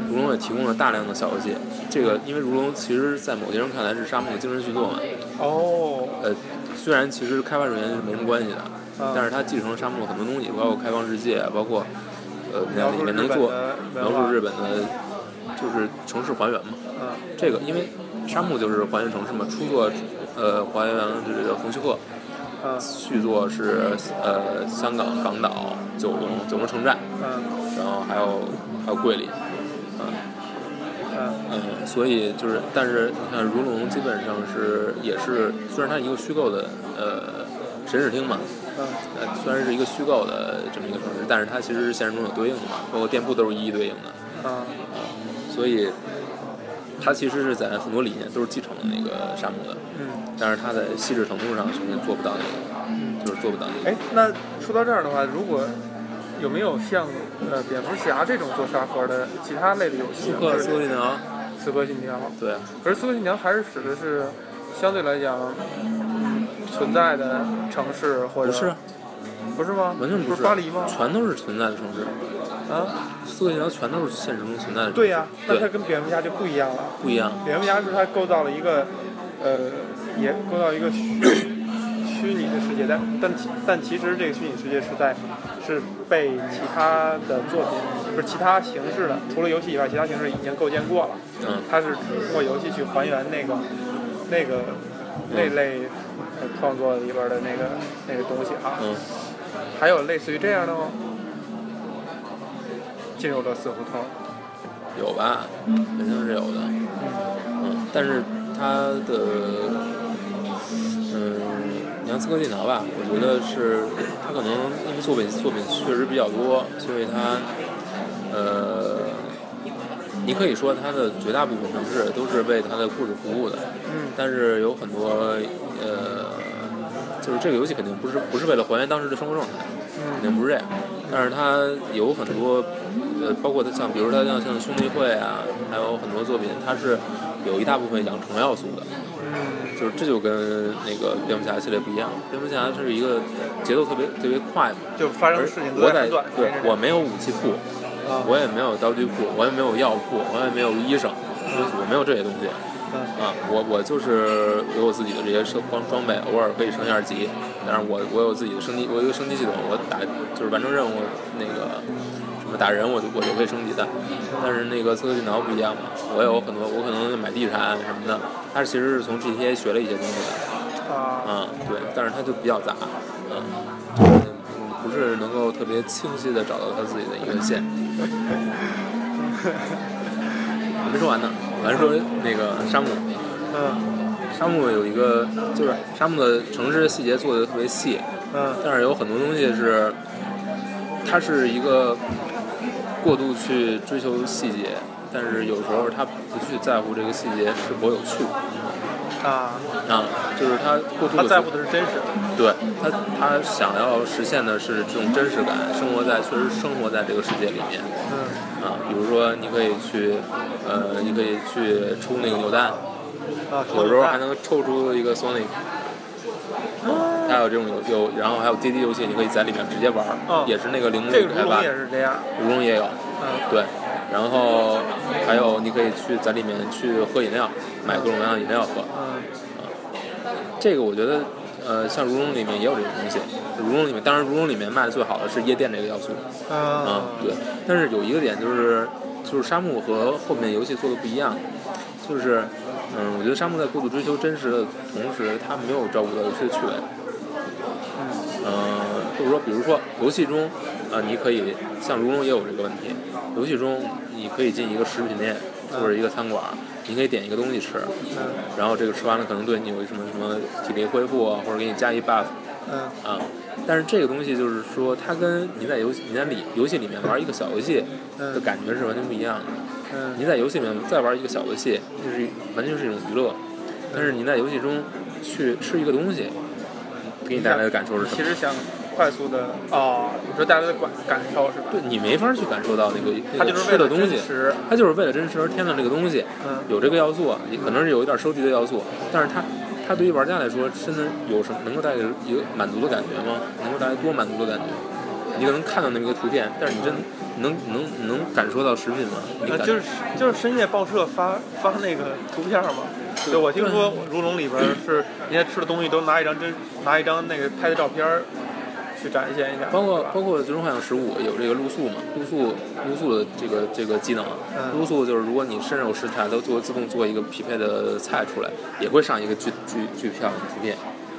[SPEAKER 1] 如龙也提供了大量的小游戏，这个因为如龙其实，在某些人看来是沙漠的精神续作嘛，
[SPEAKER 3] 哦，
[SPEAKER 1] 呃，虽然其实开发人员是没什么关系的，
[SPEAKER 3] 嗯
[SPEAKER 1] 但是它继承了沙漠很多东西，包括开放世界，包括呃
[SPEAKER 3] 描
[SPEAKER 1] 里
[SPEAKER 3] 述
[SPEAKER 1] 面能
[SPEAKER 3] 日本
[SPEAKER 1] 做
[SPEAKER 3] 的文
[SPEAKER 1] 描述
[SPEAKER 3] 化
[SPEAKER 1] 日本的，就是城市还原嘛。
[SPEAKER 3] 嗯
[SPEAKER 1] 这个因为沙漠就是还原城市嘛，初作呃还原这个红须贺，
[SPEAKER 3] 嗯
[SPEAKER 1] 续作是呃香港港岛、九龙、九龙城寨，
[SPEAKER 3] 嗯
[SPEAKER 1] 然后还有还有桂林。
[SPEAKER 3] 嗯
[SPEAKER 1] 嗯，所以就是，但是你看《如龙》基本上是也是，虽然它是一个虚构的呃神视厅嘛，
[SPEAKER 3] 嗯，
[SPEAKER 1] 呃，虽然是一个虚构的这么一个城市，但是它其实是现实中有对应的嘛，包括店铺都是一一对应的，
[SPEAKER 3] 嗯
[SPEAKER 1] 所以它其实是在很多理念都是继承了那个沙漠的，
[SPEAKER 3] 嗯，
[SPEAKER 1] 但是它在细致程度上是做不到那个，就是做不到那个。
[SPEAKER 3] 哎，那说到这儿的话，如果有没有像呃蝙蝠侠这种做沙盒的其他类的游戏呢？
[SPEAKER 1] 克
[SPEAKER 3] 就
[SPEAKER 1] 斯克
[SPEAKER 3] 是
[SPEAKER 1] 林啊，
[SPEAKER 3] 刺客信条，
[SPEAKER 1] 对啊，
[SPEAKER 3] 而刺客信条还是指的是相对来讲存在的城市或者
[SPEAKER 1] 不是，
[SPEAKER 3] 不是吗？
[SPEAKER 1] 完全
[SPEAKER 3] 不
[SPEAKER 1] 是，
[SPEAKER 3] 巴黎吗？
[SPEAKER 1] 全都是存在的城市，
[SPEAKER 3] 啊，
[SPEAKER 1] 四个信条全都是现实中存在的城市，
[SPEAKER 3] 对呀、那它
[SPEAKER 1] 对，
[SPEAKER 3] 跟蝙蝠侠就不一样了。
[SPEAKER 1] 不一样。
[SPEAKER 3] 蝙蝠侠是它构造了一个呃，也构造一个虚虚拟的世界，但但其但其实这个虚拟世界是在是被其他的作品，不是其他形式的，除了游戏以外，其他形式已经构建过了。
[SPEAKER 1] 嗯
[SPEAKER 3] 它是通过游戏去还原那个那个那类呃创作里边的那个那个东西啊。
[SPEAKER 1] 嗯，
[SPEAKER 3] 还有类似于这样的吗？进入了死胡同。
[SPEAKER 1] 有吧，肯定是有的。嗯，但是它的，嗯，你像《刺客信条》吧，我觉得是它可能因为作品作品确实比较多，所以它，呃，你可以说它的绝大部分城市都是为它的故事服务的，
[SPEAKER 3] 嗯
[SPEAKER 1] 但是有很多，呃，就是这个游戏肯定不是不是为了还原当时的生活状态，肯
[SPEAKER 3] 嗯
[SPEAKER 1] 定不是这样。但是它有很多，呃，包括它像，比如它像像兄弟会啊，还有很多作品，它是有一大部分养成要素的，
[SPEAKER 3] 嗯
[SPEAKER 1] 就是这就跟那个蝙蝠侠系列不一样。蝙蝠侠是一个节奏特别特别快嘛，
[SPEAKER 3] 就发生
[SPEAKER 1] 而
[SPEAKER 3] 的事情
[SPEAKER 1] 哎
[SPEAKER 3] 都
[SPEAKER 1] 我
[SPEAKER 3] 在
[SPEAKER 1] 在
[SPEAKER 3] 很短时
[SPEAKER 1] 对
[SPEAKER 3] 间之内。
[SPEAKER 1] 我没有武器库，
[SPEAKER 3] 啊
[SPEAKER 1] 我也没有道具库，我也没有药铺，我也没有医生，就是我没有这些东西。
[SPEAKER 3] 嗯
[SPEAKER 1] 啊，我我就是有我自己的这些设装装备，偶尔可以升一下级，但是我我有自己的升级，我有一个升级系统，我打就是完成任务那个什么打人我就我就可以升级的，但是那个刺客信条不一样嘛，我有很多我可能买地产什么的，它其实是从 GTA 学了一些东西的，
[SPEAKER 3] 啊
[SPEAKER 1] 啊，对，但是它就比较杂，嗯、就是不是能够特别清晰的找到它自己的一个线。还没说完呢，我还说那个沙漠。
[SPEAKER 3] 嗯
[SPEAKER 1] 沙漠有一个，就是沙漠的城市细节做的特别细，
[SPEAKER 3] 嗯
[SPEAKER 1] 但是有很多东西是，它是一个过度去追求细节，但是有时候它不去在乎这个细节是否有趣
[SPEAKER 3] 啊，
[SPEAKER 1] 啊，就是它过度
[SPEAKER 3] 他
[SPEAKER 1] 的
[SPEAKER 3] 在乎的是真实。
[SPEAKER 1] 对他他想要实现的是这种真实感，生活在确实生活在这个世界里面
[SPEAKER 3] 嗯
[SPEAKER 1] 啊，比如说你可以去，呃，你可以去抽那个扭蛋，
[SPEAKER 3] 啊，
[SPEAKER 1] 有时候还能抽出一个 Sonic，还有这种有有，然后还有街机游戏，你可以在里面直接玩儿，
[SPEAKER 3] 嗯
[SPEAKER 1] 也是那个铃木
[SPEAKER 3] 这个
[SPEAKER 1] 开
[SPEAKER 3] 如
[SPEAKER 1] 发的
[SPEAKER 3] 龙也，是这样。
[SPEAKER 1] 如龙也有，
[SPEAKER 3] 嗯
[SPEAKER 1] 对，然后还有你可以去在里面去喝饮料，买各种各样的饮料喝，
[SPEAKER 3] 嗯
[SPEAKER 1] 这个我觉得，呃，像《如龙》里面也有这种东西，《如龙》里面当然《如龙》里面卖的最好的是夜店这个要素，嗯
[SPEAKER 3] 啊，，
[SPEAKER 1] 对。但是有一个点就是，就是沙漠和后面游戏做的不一样，就是，嗯，我觉得沙漠在过度追求真实的同时，他没有照顾到游戏的趣味。嗯，或者说，比如说游戏中，啊、你可以像《如龙》也有这个问题，游戏中你可以进一个食品店或者一个餐馆，你可以点一个东西吃，
[SPEAKER 3] 嗯
[SPEAKER 1] 然后这个吃完了可能对你有什么什么体力恢复啊，或者给你加一 buff
[SPEAKER 3] 嗯
[SPEAKER 1] 啊。但是这个东西就是说，它跟你在游戏你在里游戏里面玩一个小游戏的
[SPEAKER 3] 嗯
[SPEAKER 1] 感觉是完全不一样的。
[SPEAKER 3] 嗯
[SPEAKER 1] 你在游戏里面再玩一个小游戏，就是完全是一种娱乐，
[SPEAKER 2] 嗯
[SPEAKER 1] 但是你在游戏中去吃一个东西，给你带来的感受是什
[SPEAKER 2] 其
[SPEAKER 1] 么？
[SPEAKER 2] 实想快速的哦，你说带来的感感受是吧？
[SPEAKER 1] 对你没法去感受到那个
[SPEAKER 2] 它
[SPEAKER 1] 那个
[SPEAKER 2] 就是
[SPEAKER 1] 吃
[SPEAKER 2] 为
[SPEAKER 1] 的
[SPEAKER 2] 了
[SPEAKER 1] 东西
[SPEAKER 2] 真，实，
[SPEAKER 1] 它就是为了真实而添上这个东西。
[SPEAKER 3] 嗯
[SPEAKER 1] 有这个要素，啊，也可能是有一点收集的要素，但是它它对于玩家来说，真的有什么能够带给一个满足的感觉吗？能够带来多满足的感觉？你可能看到那么一个图片，但是你真能能能感受到食品吗？你
[SPEAKER 3] 啊，
[SPEAKER 1] 感
[SPEAKER 3] 就是就是深夜报社发发那个图片嘛，对我听说《如龙》里边儿是人家吃的东西都拿一张真拿一张那个拍的照片儿去展现一下，
[SPEAKER 1] 包括
[SPEAKER 3] 是吧
[SPEAKER 1] 包括《最终幻想十五》有这个露宿嘛，露宿露宿的这个这个技能啊，
[SPEAKER 3] 嗯
[SPEAKER 1] 露宿就是如果你身上有食材，它就会自动做一个匹配的菜出来，也会上一个巨巨巨漂亮的图片。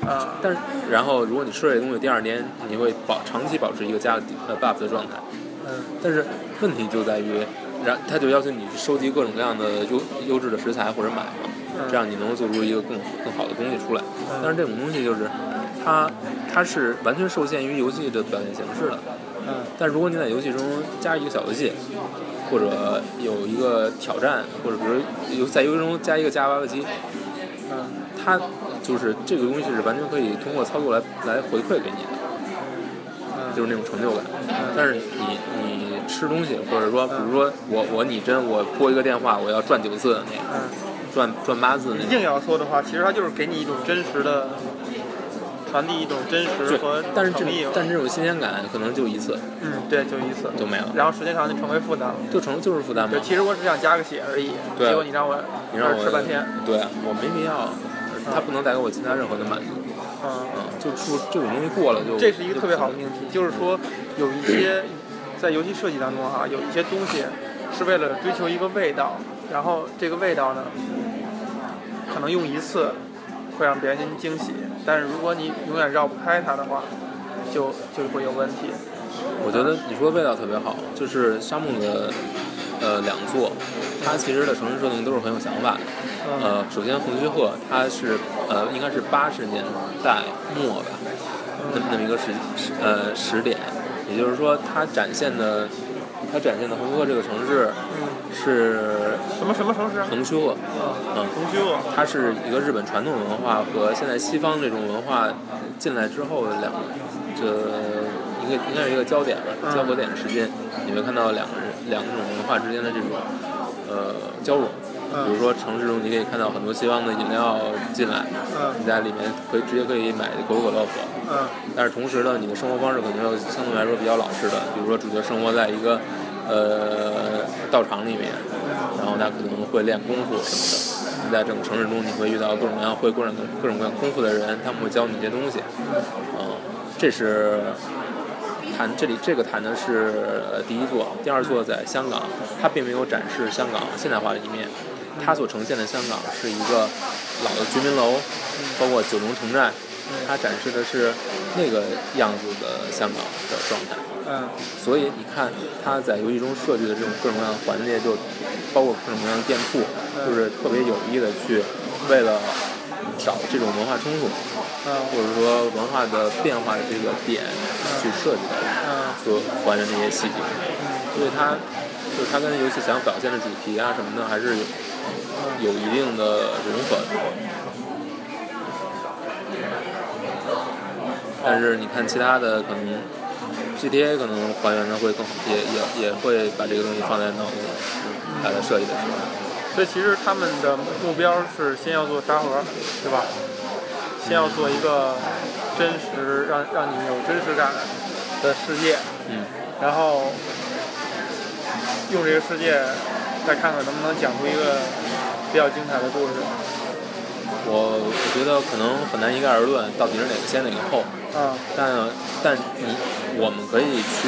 [SPEAKER 2] 啊，
[SPEAKER 1] 但是，然后如果你吃了这东西，第二天你会保长期保持一个加了呃 buff 的状态。
[SPEAKER 3] 嗯
[SPEAKER 1] 但是问题就在于，然他就要求你去收集各种各样的优优质的食材或者买嘛，这样你能够做出一个更更好的东西出来。但是这种东西就是，它它是完全受限于游戏的表现形式的。
[SPEAKER 3] 嗯
[SPEAKER 1] 但如果你在游戏中加一个小游戏，或者有一个挑战，或者比如有在游戏中加一个加娃娃机，
[SPEAKER 3] 嗯
[SPEAKER 1] 它就是这个东西是完全可以通过操作来来回馈给你的。
[SPEAKER 3] 嗯，
[SPEAKER 1] 就是那种成就感。但是你你吃东西，或者说比如说我我拟真，我拨一个电话，我要转九次那个，
[SPEAKER 3] 嗯。
[SPEAKER 1] 转转八次那个。
[SPEAKER 3] 硬要说的话，其实它就是给你一种真实的传递，一种真实
[SPEAKER 1] 对
[SPEAKER 3] 和，
[SPEAKER 1] 但是这
[SPEAKER 3] 诚
[SPEAKER 1] 种
[SPEAKER 3] 意吧。
[SPEAKER 1] 但是这种新鲜感可能就一次
[SPEAKER 3] 嗯，对，就一次，
[SPEAKER 1] 就没了，
[SPEAKER 3] 然后时间长就成为负担了。
[SPEAKER 1] 就成就是负担嘛
[SPEAKER 3] 对，。其实我只想加个血而已，
[SPEAKER 1] 对
[SPEAKER 3] 结果你让我
[SPEAKER 1] 你让我
[SPEAKER 3] 吃半天，，
[SPEAKER 1] 对啊我没必要，它不能带给我其他任何的满足。
[SPEAKER 3] 嗯，
[SPEAKER 1] 嗯，就就这种东西过了就
[SPEAKER 3] 这是一个特别好的命题，就是说有一些在游戏设计当中哈、有一些东西是为了追求一个味道，然后这个味道呢，可能用一次会让别人惊喜，但是如果你永远绕不开它的话，就就会有问题。
[SPEAKER 1] 我觉得你说的味道特别好，就是沙漠的呃两座，它其实的城市设定都是很有想法的。呃，首先横须贺它是呃应该是八十年代末吧，那么那么一个时时呃时点，也就是说它展现的它展现的横须贺这个城市
[SPEAKER 3] 嗯，
[SPEAKER 1] 是
[SPEAKER 3] 什么什么城市啊？
[SPEAKER 1] 横须贺，嗯，
[SPEAKER 3] 同居啊。
[SPEAKER 1] 它是一个日本传统文化和现在西方这种文化进来之后的两个，这应该应该是一个焦点吧，
[SPEAKER 3] 嗯
[SPEAKER 1] 交合点之间，你会看到两个人两种文化之间的这种呃交融。比如说城市中，你可以看到很多西方的饮料进来，你在里面可以直接可以买可口可乐喝。
[SPEAKER 3] 嗯
[SPEAKER 1] 但是同时呢，你的生活方式可能要相对来说比较老式的，比如说主角生活在一个呃道场里面，然后他可能会练功夫什么的。你在整个城市中，你会遇到各种各样会各种各种各样功夫的人，他们会教你一些东西。嗯，这是谈这里这个谈的是呃第一座，第二座在香港，它并没有展示香港现代化的一面，它所呈现的香港是一个老的居民楼，包括九龙城寨，它展示的是那个样子的香港的状态。
[SPEAKER 3] 嗯
[SPEAKER 1] 所以你看，它在游戏中设计的这种各种各样的环节，就包括各种各样的店铺，就是特别有意的去为了找这种文化冲突，
[SPEAKER 3] 嗯
[SPEAKER 1] 或者说文化的变化的这个点去设计的，
[SPEAKER 3] 嗯
[SPEAKER 1] 所还原这些细节。所以它就是它跟游戏想要表现的主题啊什么的，还是有有一定的融合的。但是你看其他的可能 GTA 可能还原的会更好，也也也会把这个东西放在脑子里，把它设计的时候。
[SPEAKER 3] 所以其实他们的目标是先要做沙盒，对吧？先要做一个真实，让让你有真实感的世界，
[SPEAKER 1] 嗯，
[SPEAKER 3] 然后用这个世界再看看能不能讲出一个比较精彩的故事。
[SPEAKER 1] 我我觉得可能很难一概而论，到底是哪个先哪个后。
[SPEAKER 3] 啊，
[SPEAKER 1] 但但你我们可以去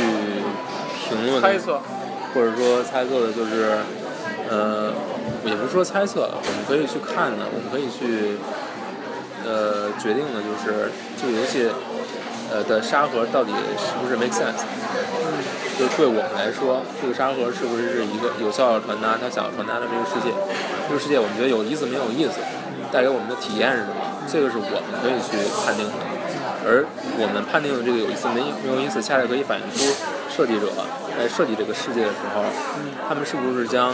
[SPEAKER 1] 评论，
[SPEAKER 3] 猜测，
[SPEAKER 1] 或者说猜测的就是，呃，也不是说猜测，我们可以去看的，我们可以去，呃，决定的就是这个游戏，呃的沙盒到底是不是 make sense，就是对我们来说，这个沙盒是不是一个有效的传达他想要传达的这个世界，这个世界我们觉得有意思没有意思，带给我们的体验是什么，这个是我们可以去判定的。而我们判定的这个有意思没没有意思，恰恰可以反映出设计者在设计这个世界的时候，他们是不是将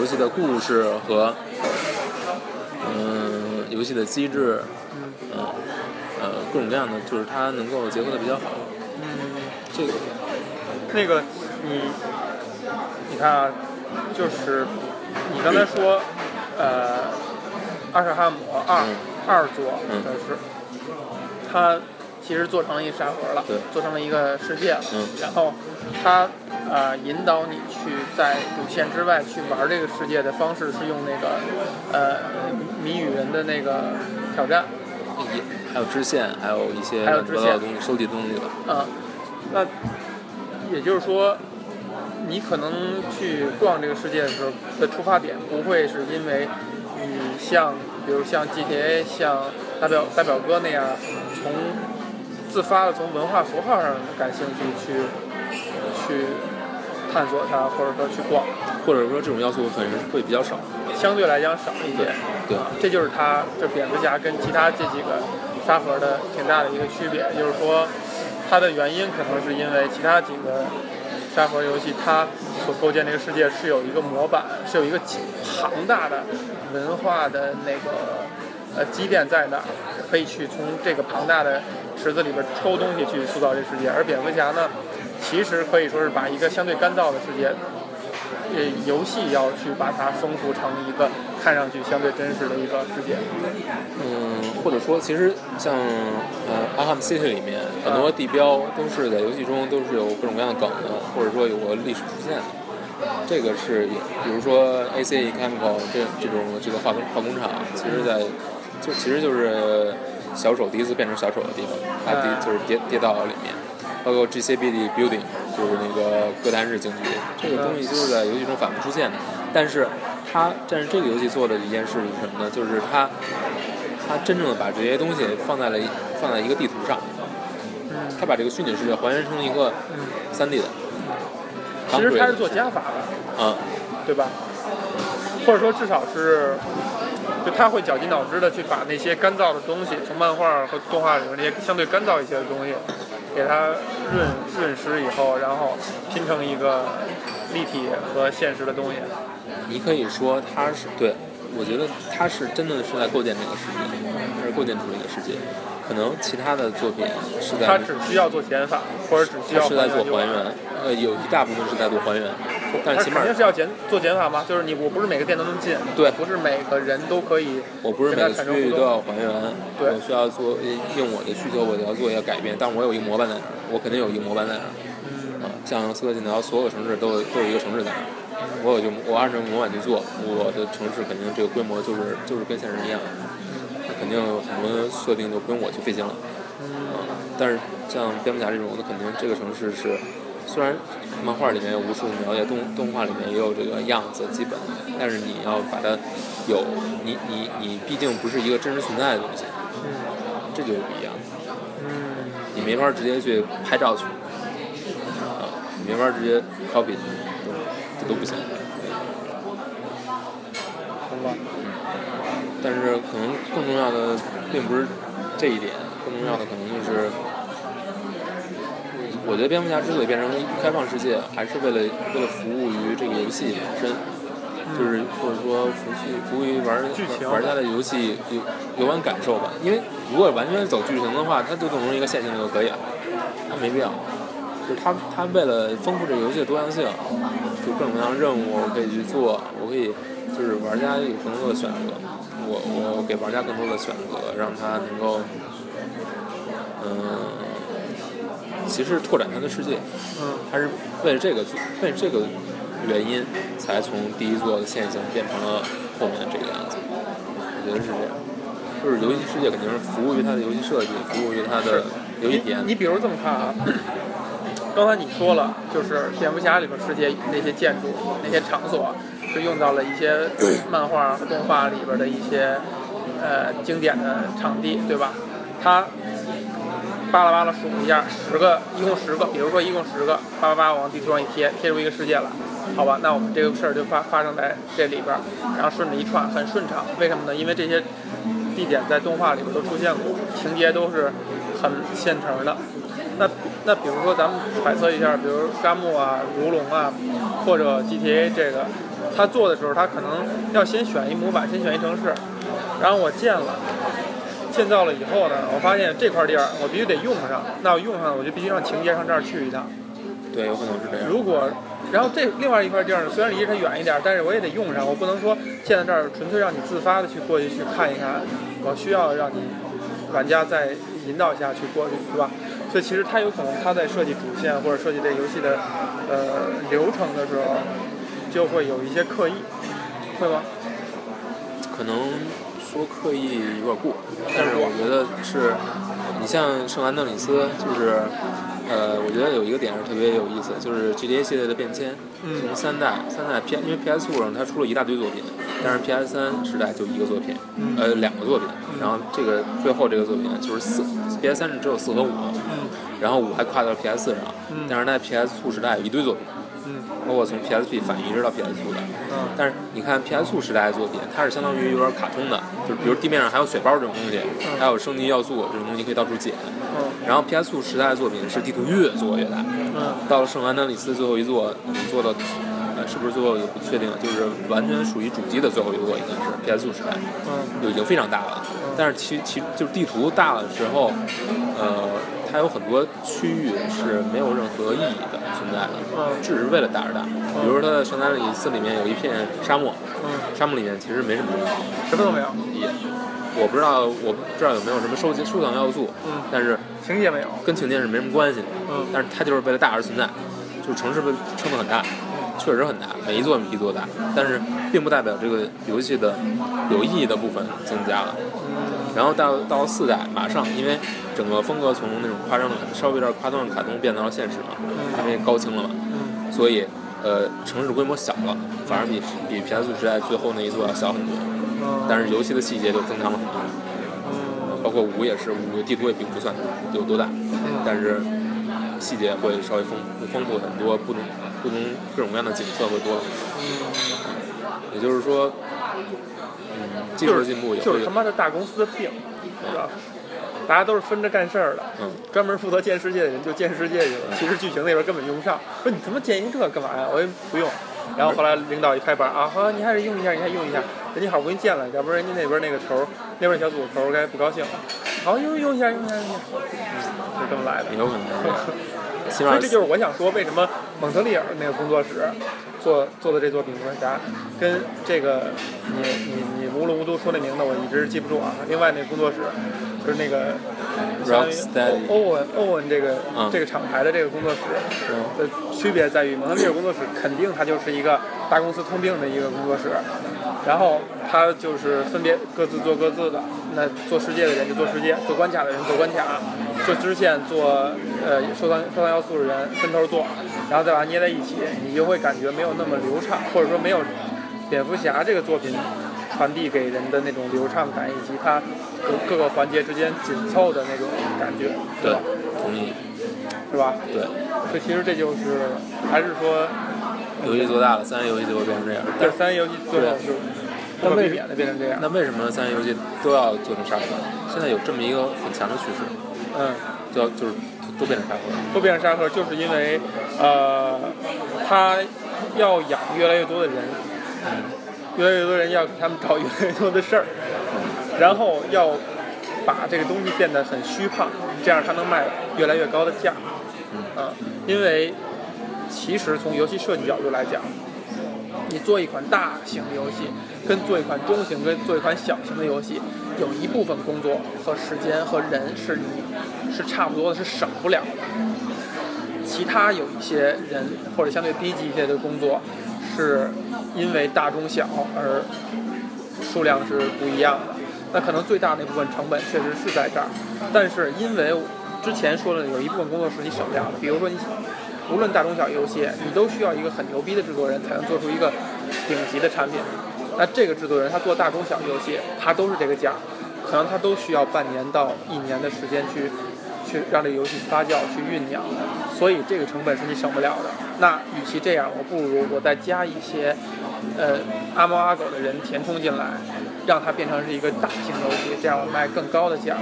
[SPEAKER 1] 游戏的故事和嗯、游戏的机制，嗯、呃各种各样的，就是它能够结合的比较好。这个
[SPEAKER 3] 那个你，你看啊，就是你刚才说，呃，阿什汉姆二、
[SPEAKER 1] 嗯
[SPEAKER 3] 二座
[SPEAKER 1] 嗯
[SPEAKER 3] 的是，它其实做成了一沙盒了
[SPEAKER 1] 对，
[SPEAKER 3] 做成了一个世界了。
[SPEAKER 1] 嗯
[SPEAKER 3] 然后它呃引导你去在主线之外去玩这个世界的方式是用那个呃谜语人的那个挑战，
[SPEAKER 1] 也还有支线，还有一些
[SPEAKER 3] 还有
[SPEAKER 1] 乱七八
[SPEAKER 3] 支
[SPEAKER 1] 糟的
[SPEAKER 3] 线
[SPEAKER 1] 东西，收集的东西吧。
[SPEAKER 3] 啊，那也就是说，你可能去逛这个世界的时候的出发点，不会是因为你像，比如像 GTA、像大表大表哥那样，从自发的从文化符号上感兴趣去去探索它，或者说去逛，
[SPEAKER 1] 或者说这种要素可能会比较少。
[SPEAKER 3] 相对来讲少一
[SPEAKER 1] 对
[SPEAKER 3] 点。
[SPEAKER 1] 对，
[SPEAKER 3] 这就是它，就是蝙蝠侠跟其他这几个沙盒的挺大的一个区别，就是说它的原因可能是因为其他几个沙盒游戏它所构建这个世界是有一个模板，是有一个庞大的文化的那个呃积淀在那儿，可以去从这个庞大的池子里边抽东西去塑造这世界，而蝙蝠侠呢，其实可以说是把一个相对干燥的世界呃，游戏要去把它丰富成一个看上去相对真实的一个世界。
[SPEAKER 1] 嗯，或者说，其实像呃《阿 m City》里面很多地标都是在游戏中都是有各种各样的梗的，或者说有过历史出现的。这个是也，比如说 ACE Chemical 这这种这个化工化工厂，其实在就其实就是小丑第一次变成小丑的地方，它第
[SPEAKER 3] 嗯
[SPEAKER 1] 就是跌跌到里面，包括 GCB 的 Building 就是那个哥谭市警局，这个东西就是在游戏中反复出现的。但是它但是这个游戏做的一件事是什么呢？就是它它真正的把这些东西放在了一放在一个地图上，
[SPEAKER 3] 嗯
[SPEAKER 1] 它把这个虚拟世界还原成一个三 D 的。
[SPEAKER 3] 其实它是
[SPEAKER 1] concrete
[SPEAKER 3] 做加法
[SPEAKER 1] 的
[SPEAKER 3] 的，
[SPEAKER 1] 嗯，
[SPEAKER 3] 对吧？或者说至少是，就他会绞尽脑汁的去把那些干燥的东西，从漫画和动画里面那些相对干燥一些的东西，给它润润湿以后，然后拼成一个立体和现实的东西。
[SPEAKER 1] 你可以说它是对，我觉得它是真的是在构建这个世界，它是构建出这个世界。可能其他的作品是在
[SPEAKER 3] 它只需要做减法，或者只需
[SPEAKER 1] 它
[SPEAKER 3] 要
[SPEAKER 1] 是在
[SPEAKER 3] 还
[SPEAKER 1] 做
[SPEAKER 3] 原就好
[SPEAKER 1] 还原，呃，有一大部分是在做还原，但
[SPEAKER 3] 它
[SPEAKER 1] 是起码
[SPEAKER 3] 肯定是要减做减法嘛，就是你我不是每个店都能进，
[SPEAKER 1] 对
[SPEAKER 3] 不是每个人都可以
[SPEAKER 1] 我不是每
[SPEAKER 3] 跟
[SPEAKER 1] 个
[SPEAKER 3] 它产
[SPEAKER 1] 区
[SPEAKER 3] 生
[SPEAKER 1] 域
[SPEAKER 3] 互
[SPEAKER 1] 都
[SPEAKER 3] 动
[SPEAKER 1] 要还原，
[SPEAKER 3] 对
[SPEAKER 1] 我需要做呃应我的需求，我要做一个改变，但我有一个模板在那儿，我肯定有一个模板在那儿。
[SPEAKER 3] 嗯
[SPEAKER 1] 啊，像《刺客信条》，所有城市都有都有一个城市在那儿，我有就我按照模板去做，我的城市肯定这个规模就是就是跟现实一样，那肯定有很多设定就不用我去费心了。啊，但是像蝙蝠侠这种，那肯定这个城市是，虽然漫画里面有无数描写，动动画里面也有这个样子基本，但是你要把它有你你你毕竟不是一个真实存在的东西，这就是不一样。你没法直接去拍照去，啊，你没法直接 copy，都这都不行。
[SPEAKER 3] 懂吧？
[SPEAKER 1] 但是可能更重要的并不是这一点，更重要的可能就是，我觉得蝙蝠侠之所以变成开放世界，还是为了为了服务于这个游戏本身，就是或者说服务服务于玩
[SPEAKER 3] 剧情
[SPEAKER 1] 玩家的游戏游游玩感受吧。因为如果完全走剧情的话，它就弄成一个线性就可以了，它没必要。就是它它为了丰富这个游戏的多样性，就各种各样的任务我可以去做，我可以就是玩家有更多的选择，我我给玩家更多的选择，让他能够，嗯、其实拓展他的世界，
[SPEAKER 3] 嗯，
[SPEAKER 1] 他是为了这个做，为了这个原因才从第一座的线性变成了后面的这个样子，我觉得是这样。
[SPEAKER 3] 嗯，
[SPEAKER 1] 就是游戏世界肯定是服务于它的游戏设计，服务于它的游戏体验
[SPEAKER 3] 你。你比如这么看啊，刚才你说了，就是蝙蝠侠里边世界那些建筑、那些场所，是用到了一些漫画和动画里边的一些呃经典的场地，对吧？它巴拉巴拉数一下，十个，一共十个，比如说一共十个，叭叭叭往地图上一贴，贴出一个世界来，好吧？那我们这个事儿就发发生在这里边儿，然后顺着一串，很顺畅。为什么呢？因为这些地点在动画里边都出现过，情节都是很现成的。那那比如说咱们揣测一下，比如沙漠啊、如龙啊，或者 GTA 这个，他做的时候他可能要先选一模板，先选一城市，然后我建了。建造了以后呢，我发现这块地儿我必须得用上，那我用上了我就必须让情节上这儿去一趟。
[SPEAKER 1] 对，有可能是这样。
[SPEAKER 3] 如果，然后这另外一块地儿呢，虽然离着它远一点，但是我也得用上，我不能说建在这儿纯粹让你自发的去过去去看一看，我需要让你玩家再引导一下去过去，对吧？所以其实它有可能它在设计主线或者设计这游戏的呃流程的时候，就会有一些刻意，会吗？
[SPEAKER 1] 可能说刻意有点过，但是我觉得是，你像圣安德里斯，就是，呃，我觉得有一个点是特别有意思，就是 GTA 系列的变迁，
[SPEAKER 3] 嗯
[SPEAKER 1] 从三代，三代 P，因为 PS 五上它出了一大堆作品，但是 PS 三时代就一个作品，呃，两个作品，然后这个最后这个作品就是四，PS 三是只有四和五，
[SPEAKER 3] 嗯
[SPEAKER 1] 然后五还跨到 PS 四上，但是在 PS 2时代有一堆作品，
[SPEAKER 3] 嗯
[SPEAKER 1] 包括从 PSP 反移植到 PS 2的。
[SPEAKER 3] 嗯
[SPEAKER 1] 但是你看 PS 2时代的作品，它是相当于有点卡通的，就是比如地面上还有血包这种东西，还有升级要素这种东西可以到处捡。
[SPEAKER 3] 嗯
[SPEAKER 1] 然后 PS 2时代的作品是地图越做越大，
[SPEAKER 3] 嗯
[SPEAKER 1] 到了圣安德里斯最后一座，我们做到，呃，是不是最后一个不确定，就是完全属于主机的最后一座，应该是 PS 2时代。
[SPEAKER 3] 嗯
[SPEAKER 1] 就已经非常大了。但是其其就是地图大了之后，呃，它有很多区域是没有任何意义的存在的
[SPEAKER 3] 嗯，
[SPEAKER 1] 只是为了大而大。比如说它的圣丹里斯里面有一片沙漠，
[SPEAKER 3] 嗯，
[SPEAKER 1] 沙漠里面其实没什么东西，
[SPEAKER 3] 什么都没有，
[SPEAKER 1] 也我不知道我不知道有没有什么收集收藏要素，
[SPEAKER 3] 嗯
[SPEAKER 1] 但是
[SPEAKER 3] 情节没有，
[SPEAKER 1] 跟情节是没什么关系的。
[SPEAKER 3] 嗯
[SPEAKER 1] 但是它就是为了大而存在，就是城市被撑得很大，确实很大，每一座比一座大，但是并不代表这个游戏的有意义的部分增加了。
[SPEAKER 3] 嗯
[SPEAKER 1] 然后到到四代，马上因为整个风格从那种夸张的稍微有点夸张的卡通变到了现实嘛，因为高清了嘛，
[SPEAKER 3] 嗯
[SPEAKER 1] 所以呃城市规模小了，反而比比 PS 时代最后那一座要小很多，
[SPEAKER 3] 嗯
[SPEAKER 1] 但是游戏的细节就增强了很多。
[SPEAKER 3] 嗯
[SPEAKER 1] 包括五也是，五地图也并不算有多大，但是细节会稍微丰富丰富很多，不同不同各种各样的景色会多。也就是说，嗯，技术的进步也
[SPEAKER 3] 就
[SPEAKER 1] 会
[SPEAKER 3] 是
[SPEAKER 1] 有
[SPEAKER 3] 他，妈的大公司的病，知道吧？大家都是分着干事儿的，
[SPEAKER 1] 嗯，
[SPEAKER 3] 专门负责建世界的人就建世界去了，其实剧情那边根本用不上。说你他妈建一这干嘛呀？我也不用。然后后来领导一拍板啊，好，你还是用一下，你还用一下。人家好不容易建了，要不然人家那边那个头儿，那边小组头儿该不高兴了。好，用用一下，用一下，用一下，嗯，就这么来的
[SPEAKER 1] 也。有可能是这样。起
[SPEAKER 3] 所
[SPEAKER 1] 码
[SPEAKER 3] 以这就是我想说，为什么蒙特利尔那个工作室做做的这座蝙蝠侠，跟这个你你你无噜无嘟说那名字，我一直记不住啊。另外那个工作室就是那个相当于
[SPEAKER 1] Rocksteady
[SPEAKER 3] 欧欧文欧文这个、
[SPEAKER 1] 嗯
[SPEAKER 3] 这个厂牌的这个工作室
[SPEAKER 1] 嗯
[SPEAKER 3] 的区别在于，蒙特利尔工作室肯定它就是一个大公司通病的一个工作室，然后它就是分别各自做各自的，那做世界的人就做世界，做关卡的人做关卡，做支线做呃收藏收藏要素的人分头做，然后再把它捏在一起，你就会感觉没有那么流畅，或者说没有蝙蝠侠这个作品传递给人的那种流畅感，以及它各各个环节之间紧凑的那种感觉，
[SPEAKER 1] 对，同意，
[SPEAKER 3] 是吧？
[SPEAKER 1] 对，
[SPEAKER 3] 所以其实这就是还是说
[SPEAKER 1] 游戏做大了，三 A 游戏就会变成这样。但
[SPEAKER 3] 这
[SPEAKER 1] 是
[SPEAKER 3] 三 A 游戏最后是不可避免的变成这样。
[SPEAKER 1] 那为什么三 A 游戏都要做成沙盒？现在有这么一个很强的趋势，
[SPEAKER 3] 嗯，
[SPEAKER 1] 就要就是都变成沙盒。
[SPEAKER 3] 都变成沙盒，就是因为呃，他要养越来越多的人，越来越多人要给他们找越来越多的事儿，然后要把这个东西变得很虚胖，这样它能卖越来越高的价。嗯，因为其实从游戏设计角度来讲，你做一款大型的游戏，跟做一款中型跟做一款小型的游戏，有一部分工作和时间和人是你是差不多的，是少不了的。其他有一些人或者相对低级一些的工作，是因为大中小而数量是不一样的。那可能最大那部分成本确实是在这儿，但是因为之前说了，有一部分工作是你省不了的，比如说你无论大中小游戏，你都需要一个很牛逼的制作人才能做出一个顶级的产品。那这个制作人他做大中小游戏，他都是这个价，可能他都需要半年到一年的时间去去让这个游戏发酵、去酝酿，所以这个成本是你省不了的。那与其这样，我不如我再加一些呃阿猫阿狗的人填充进来，让它变成是一个大型游戏，这样我卖更高的价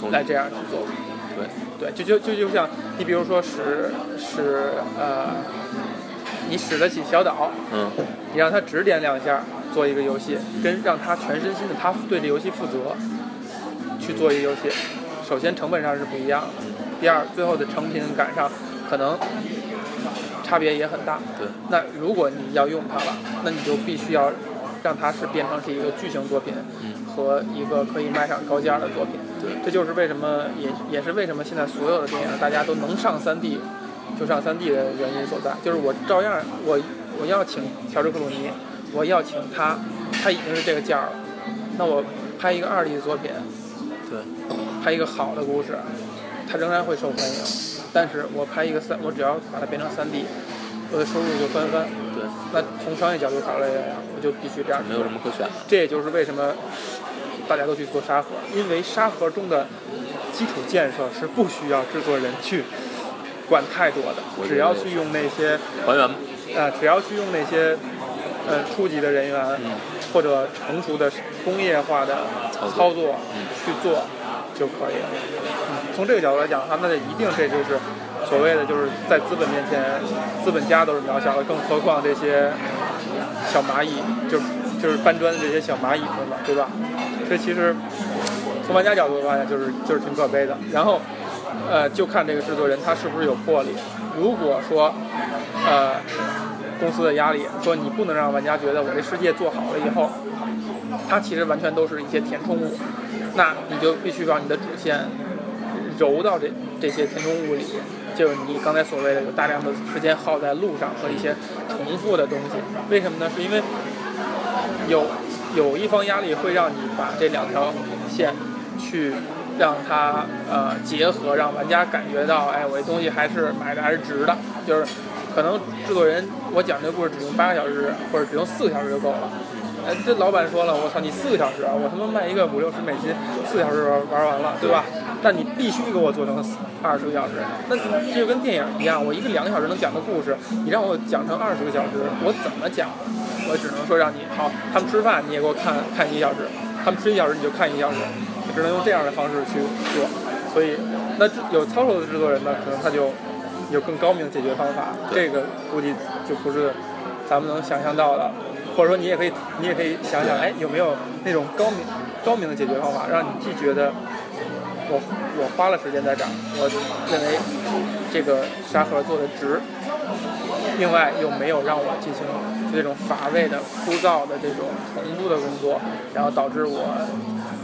[SPEAKER 1] 同
[SPEAKER 3] 来
[SPEAKER 1] 意，
[SPEAKER 3] 这样去做。
[SPEAKER 1] 对，
[SPEAKER 3] 对，就就就就像你比如说使使呃，你使得起小岛，
[SPEAKER 1] 嗯，
[SPEAKER 3] 你让他指点两下做一个游戏，跟让他全身心的他对这游戏负责去做一个游戏，首先成本上是不一样的，第二最后的成品感上可能差别也很大。
[SPEAKER 1] 对，
[SPEAKER 3] 那如果你要用它了，那你就必须要让它是变成是一个巨型作品
[SPEAKER 1] 嗯
[SPEAKER 3] 和一个可以卖上高价的作品。
[SPEAKER 1] 对，
[SPEAKER 3] 这就是为什么也也是为什么现在所有的电影大家都能上三 D 就上三 D 的原因所在，就是我照样我我要请乔治克鲁尼，我要请他，他已经是这个价儿了，那我拍一个二 D 的作品，
[SPEAKER 1] 对，
[SPEAKER 3] 拍一个好的故事，它仍然会受欢迎。但是我拍一个三，我只要把它变成三 D，我的收入就翻番。
[SPEAKER 1] 对，
[SPEAKER 3] 那从商业角度考虑，我就必须这样
[SPEAKER 1] 没有什么可选的，
[SPEAKER 3] 这也就是为什么大家都去做沙盒，因为沙盒中的基础建设是不需要制作人去管太多
[SPEAKER 1] 我觉得
[SPEAKER 3] 的，只要去用那些
[SPEAKER 1] 还原吧，
[SPEAKER 3] 呃，只要去用那些呃初级的人员、
[SPEAKER 1] 嗯
[SPEAKER 3] 或者成熟的工业化的
[SPEAKER 1] 操作
[SPEAKER 3] 操作
[SPEAKER 1] 嗯
[SPEAKER 3] 去做就可以了。嗯从这个角度来讲的话，那就一定这就是所谓的就是在资本面前，资本家都是渺小的，更何况这些小蚂蚁，就是就是搬砖的这些小蚂蚁们了，对吧？这其实从玩家角度来讲，就是就是挺可悲的。然后，呃，就看这个制作人他是不是有魄力。如果说，呃，公司的压力，说你不能让玩家觉得我这世界做好了以后，它其实完全都是一些填充物，那你就必须把你的主线揉到这这些填充物里，就是你刚才所谓的有大量的时间耗在路上和一些重复的东西。为什么呢？是因为有有一方压力会让你把这两条线去让它呃结合，让玩家感觉到，哎，我这东西还是买的还是值的。就是可能制作人我讲这个故事只用八个小时，或者只用四个小时就够了。哎，这老板说了，我操，你四个小时啊，我他妈卖一个五六十美金，四个小时玩玩完了，对吧？但你必须给我做成二十个小时，那这就跟电影一样，我一个两个小时能讲的故事，你让我讲成二十个小时，我怎么讲？我只能说让你好，他们吃饭你也给我看看一个小时，他们吃一小时你就看一个小时，我只能用这样的方式去做。所以，那这有操守的制作人呢，可能他就有更高明的解决方法，这个估计就不是咱们能想象到的。或者说你也可以，你也可以想想，哎，有没有那种高明、高明的解决方法，让你既觉得我我花了时间在这儿，我认为这个沙盒做的值，另外又没有让我进行这种乏味的、枯燥的这种重复的工作，然后导致我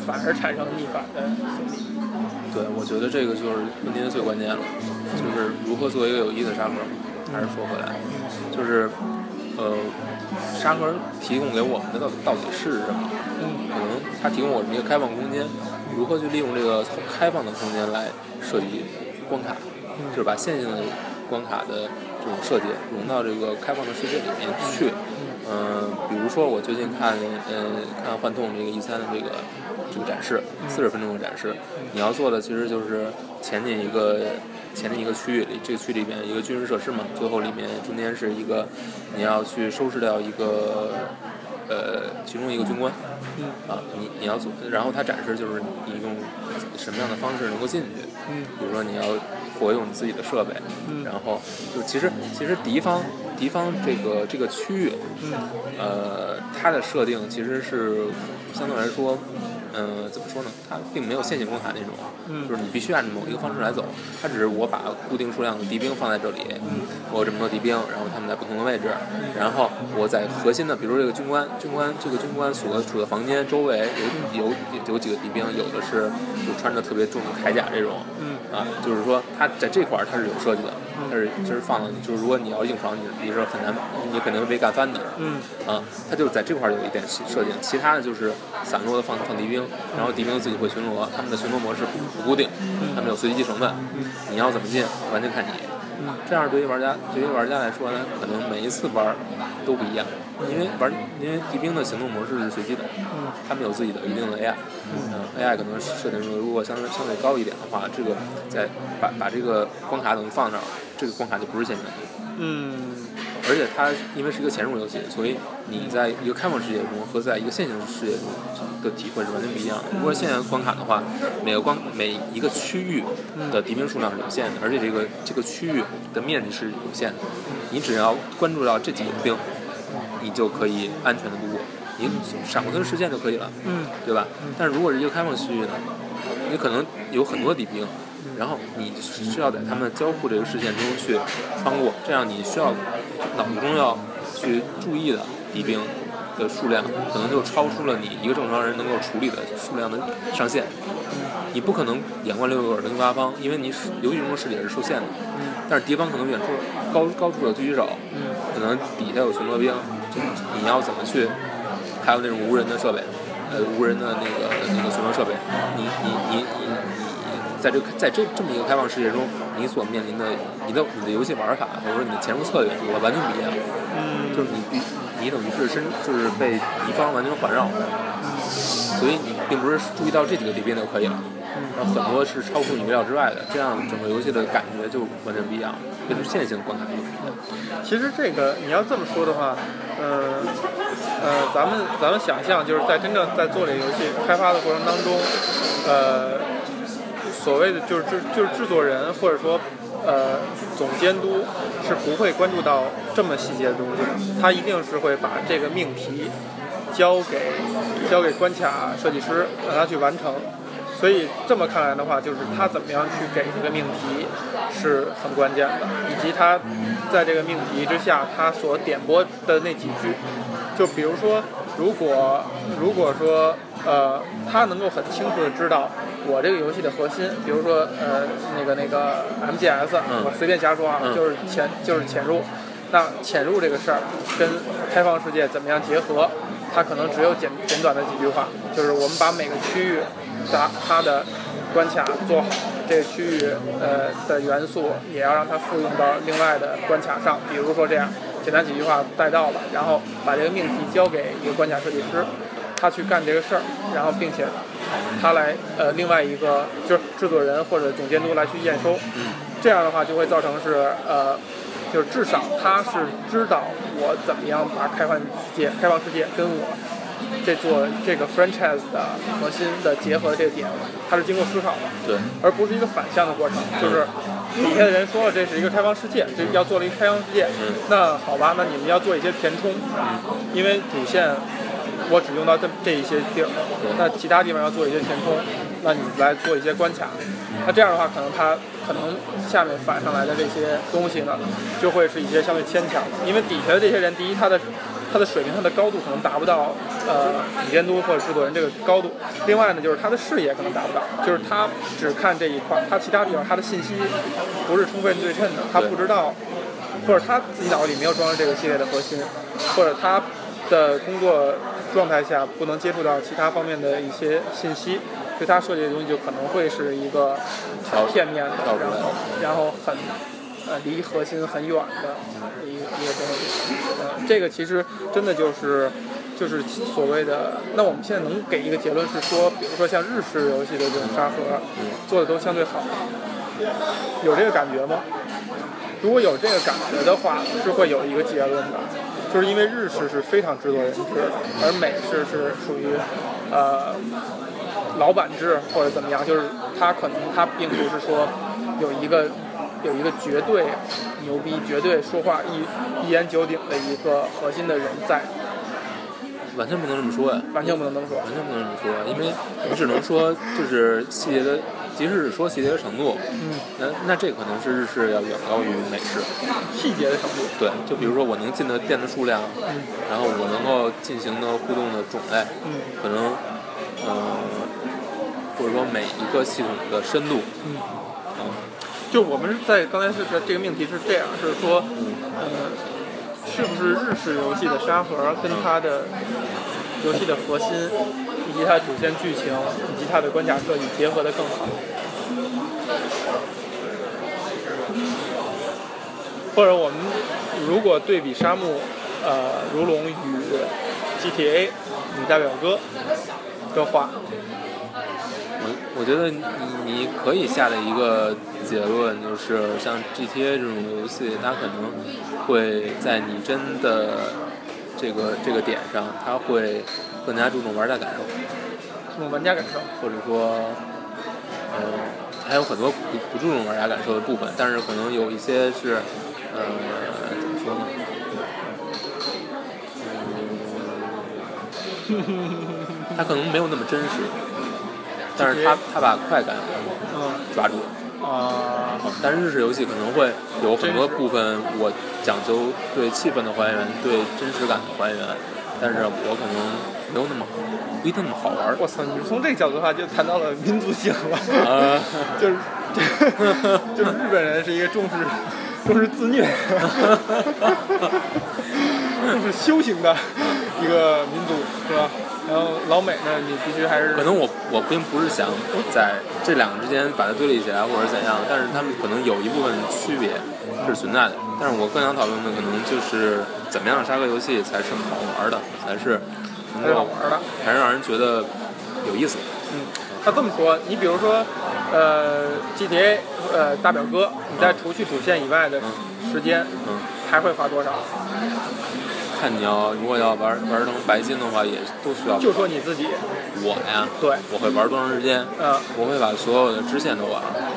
[SPEAKER 3] 反而产生逆反的心理。
[SPEAKER 1] 对，我觉得这个就是问题的最关键了，就是如何做一个有意义的沙盒。还是说回来，就是呃，沙盒提供给我们的到到底是什么？
[SPEAKER 3] 嗯，
[SPEAKER 1] 可能它提供我们一个开放空间，如何去利用这个开放的空间来设计关卡，就是把线性的关卡的这种设计融到这个开放的世界里面去。嗯、比如说我最近看，嗯、看幻痛这个一三的这个这个展示，四十分钟的展示，你要做的其实就是前进一个前进一个区域里，这个区里面一个军事设施嘛，最后里面中间是一个你要去收拾掉一个呃其中一个军官，啊，你你要做，然后它展示就是你用什么样的方式能够进去，
[SPEAKER 3] 嗯，
[SPEAKER 1] 比如说你要活用你自己的设备，
[SPEAKER 3] 嗯
[SPEAKER 1] 然后就其实其实敌方敌方这个这个区域，
[SPEAKER 3] 嗯
[SPEAKER 1] 呃，它的设定其实是相对来说，呃，怎么说呢？它并没有线性关卡那种，
[SPEAKER 3] 嗯
[SPEAKER 1] 就是你必须按某一个方式来走。它只是我把固定数量的敌兵放在这里，我有这么多敌兵，然后他们在不同的位置，然后我在核心的，比如说这个军官，军官这个军官所处的房间周围有有有几个敌兵，有的是就穿着特别重的铠甲这种，
[SPEAKER 3] 嗯
[SPEAKER 1] 啊，就是说它在这块儿它是有设计的，它是其实放了，就是如果你要硬闯，你你是很难，你肯定会被干翻的。
[SPEAKER 3] 嗯
[SPEAKER 1] 啊，它就在这块儿有一点设定，其他的就是散落的放放敌兵，然后敌兵自己会巡逻，他们的巡逻模式不固定，他们有随机继承的，你要怎么进，完全看你。这样对于玩家对于玩家来说呢，可能每一次玩都不一样，因为玩因为敌兵的行动模式是随机的，他们有自己的一定的 AI，嗯、a i 可能设定如果相对相对高一点的话，这个在把把这个关卡等于放那儿，这个关卡就不是限制的。
[SPEAKER 3] 嗯
[SPEAKER 1] 而且它因为是一个潜入游戏，所以你在一个开放世界中和在一个线性世界中的体会是完全不一样的。如果线性关卡的话，每个关每一个区域的敌兵数量是有限的，而且这个这个区域的面积是有限的。你只要关注到这几个兵，你就可以安全的度过，你闪过它的视线就可以了。
[SPEAKER 3] 嗯
[SPEAKER 1] 对吧？但是如果是一个开放区域呢，你可能有很多敌兵，然后你需要在他们交互这个视线中去穿过，这样你需要脑子中要去注意的敌兵的数量，可能就超出了你一个正常人能够处理的数量的上限。你不可能眼观六路耳听八方，因为你是游戏中的视野是受限的。但是敌方可能远处高高处有狙击手，可能底下有巡逻兵，就你要怎么去？还有那种无人的设备，呃，无人的那个那个巡逻设备，你你你你你，在这个在这这么一个开放世界中，你所面临的你的你的游戏玩法或者说你的潜入策略和完全不一样，
[SPEAKER 3] 嗯
[SPEAKER 1] 就是你必你等于是身就是被敌方完全环绕，
[SPEAKER 3] 嗯
[SPEAKER 1] 所以你并不是注意到这几个敌兵就可以了。
[SPEAKER 3] 嗯
[SPEAKER 1] 然后很多是超出你意料之外的，这样整个游戏的感觉就完全不一样，跟线性观看就不一样。
[SPEAKER 3] 其实这个你要这么说的话，呃呃，咱们咱们想象就是在真正在做这个游戏开发的过程当中，呃，所谓的就是制就是制作人或者说呃总监督是不会关注到这么细节的东西的，他一定是会把这个命题交给交给关卡设计师让他去完成。所以这么看来的话，就是他怎么样去给这个命题是很关键的，以及他在这个命题之下他所点拨的那几句，就比如说，如果如果说呃，他能够很清楚的知道我这个游戏的核心，比如说呃那个呃那个 MGS，、
[SPEAKER 1] 嗯
[SPEAKER 3] 我随便瞎说啊，
[SPEAKER 1] 嗯
[SPEAKER 3] 就是潜就是潜入，那潜入这个事儿跟开放世界怎么样结合？他可能只有简简短的几句话，就是我们把每个区域它它的关卡做好，这个区域呃的元素也要让它复用到另外的关卡上，比如说这样，简单几句话带到了，然后把这个命题交给一个关卡设计师，他去干这个事儿，然后并且他来呃另外一个就是制作人或者总监督来去验收，
[SPEAKER 1] 嗯
[SPEAKER 3] 这样的话就会造成是呃，就是至少他是知道我怎么样把开放世界、开放世界跟我这做这个 franchise 的核心的结合这个点，他是经过思考的，
[SPEAKER 1] 对，
[SPEAKER 3] 而不是一个反向的过程，就是。底下的人说了，这是一个开放世界，这要做了一个开放世界。
[SPEAKER 1] 嗯
[SPEAKER 3] 那好吧，那你们要做一些填充，因为主线我只用到这这一些地儿，那其他地方要做一些填充，那你来做一些关卡。那这样的话，可能它可能下面反上来的这些东西呢，就会是一些相对牵强的，因为底下的这些人，第一，他的他的水平、他的高度可能达不到呃总监督或者制作人这个高度；另外呢，就是他的视野可能达不到，就是他只看这一块，他其他地方他的信息不是充分对称的，他不知道或者他自己脑子里没有装着这个系列的核心，或者他的工作状态下不能接触到其他方面的一些信息，对他设计的东西就可能会是一个很片面的，
[SPEAKER 1] 跳出来
[SPEAKER 3] 然后然后很呃离核心很远的一一个东西。呃，这个其实真的就是。就是所谓的，那我们现在能给一个结论是说，比如说像日式游戏的这种沙盒，做的都相对好，有这个感觉吗？如果有这个感觉的话，是会有一个结论的，就是因为日式是非常制作人制的，而美式是属于呃老板制或者怎么样，就是它可能它并不是说有一个有一个绝对牛逼、绝对说话一一言九鼎的一个核心的人在，
[SPEAKER 1] 完全不能这么说呀、
[SPEAKER 3] 完全不能这么说。
[SPEAKER 1] 完全不能这么说，因为你只能说就是细节的，即使是说细节的程度，
[SPEAKER 3] 嗯，
[SPEAKER 1] 那那这可能是日式要远高于美式。
[SPEAKER 3] 细节的程度，
[SPEAKER 1] 对，就比如说我能进的店的数量，然后我能够进行的互动的种类，
[SPEAKER 3] 嗯
[SPEAKER 1] 可能，嗯、或者说每一个系统的深度，
[SPEAKER 3] 嗯
[SPEAKER 1] 啊，
[SPEAKER 3] 就我们是在刚才是在这个命题是这样，是说，呃，是不是日式游戏的沙盒跟它的游戏的核心以
[SPEAKER 2] 及它的主线剧情以及它的关卡设计结合的更好。或者我们如果对比沙漠，呃，如龙与 GTA 你大表哥的话，
[SPEAKER 1] 我我觉得你你可以下的一个结论就是，像 GTA 这种游戏，它可能会在你真的这个这个点上，它会更加注重玩家感受，
[SPEAKER 3] 这种玩家感
[SPEAKER 2] [laughs]
[SPEAKER 3] 受。
[SPEAKER 1] 或者说，呃，还有很多不不注重玩家感受的部分，但是可能有一些是，呃，怎么说呢？嗯，它可能没有那么真实，但是它它把快感
[SPEAKER 3] 嗯
[SPEAKER 1] 抓住了。
[SPEAKER 3] 啊、
[SPEAKER 1] 但是日式游戏可能会有很多部分，我讲究对气氛的还原，对真实感的还原，但是我可能没有那么好，不一定那么好玩儿。
[SPEAKER 3] 我操！你从这个角度的话，就谈到了民族性了。
[SPEAKER 1] 呃，
[SPEAKER 3] [laughs] 就是就是日本人是一个重视重视自虐，重视修行的一个民族，是吧？然后老美呢，你必须还是
[SPEAKER 1] 可能我我并不是想在这两个之间把它对立起来，或者怎样，但是他们可能有一部分区别是存在的。但是我更想讨论的可能就是怎么样杀个游戏才是好玩儿的，才是能
[SPEAKER 3] 很好
[SPEAKER 1] 够
[SPEAKER 3] 玩的。
[SPEAKER 1] 才是让人觉得有意思的。
[SPEAKER 3] 他这么说，你比如说，呃，GTA，呃，大表哥，你在除去主线以外的时间，
[SPEAKER 1] 嗯，
[SPEAKER 3] 还会花多少？
[SPEAKER 1] 看你要如果要玩儿玩儿成白金的话，也都需要
[SPEAKER 3] 就说你自己，
[SPEAKER 1] 我呀，
[SPEAKER 3] 对，
[SPEAKER 1] 我会玩多长时间？
[SPEAKER 3] 呃，
[SPEAKER 1] 我会把所有的支线都玩了。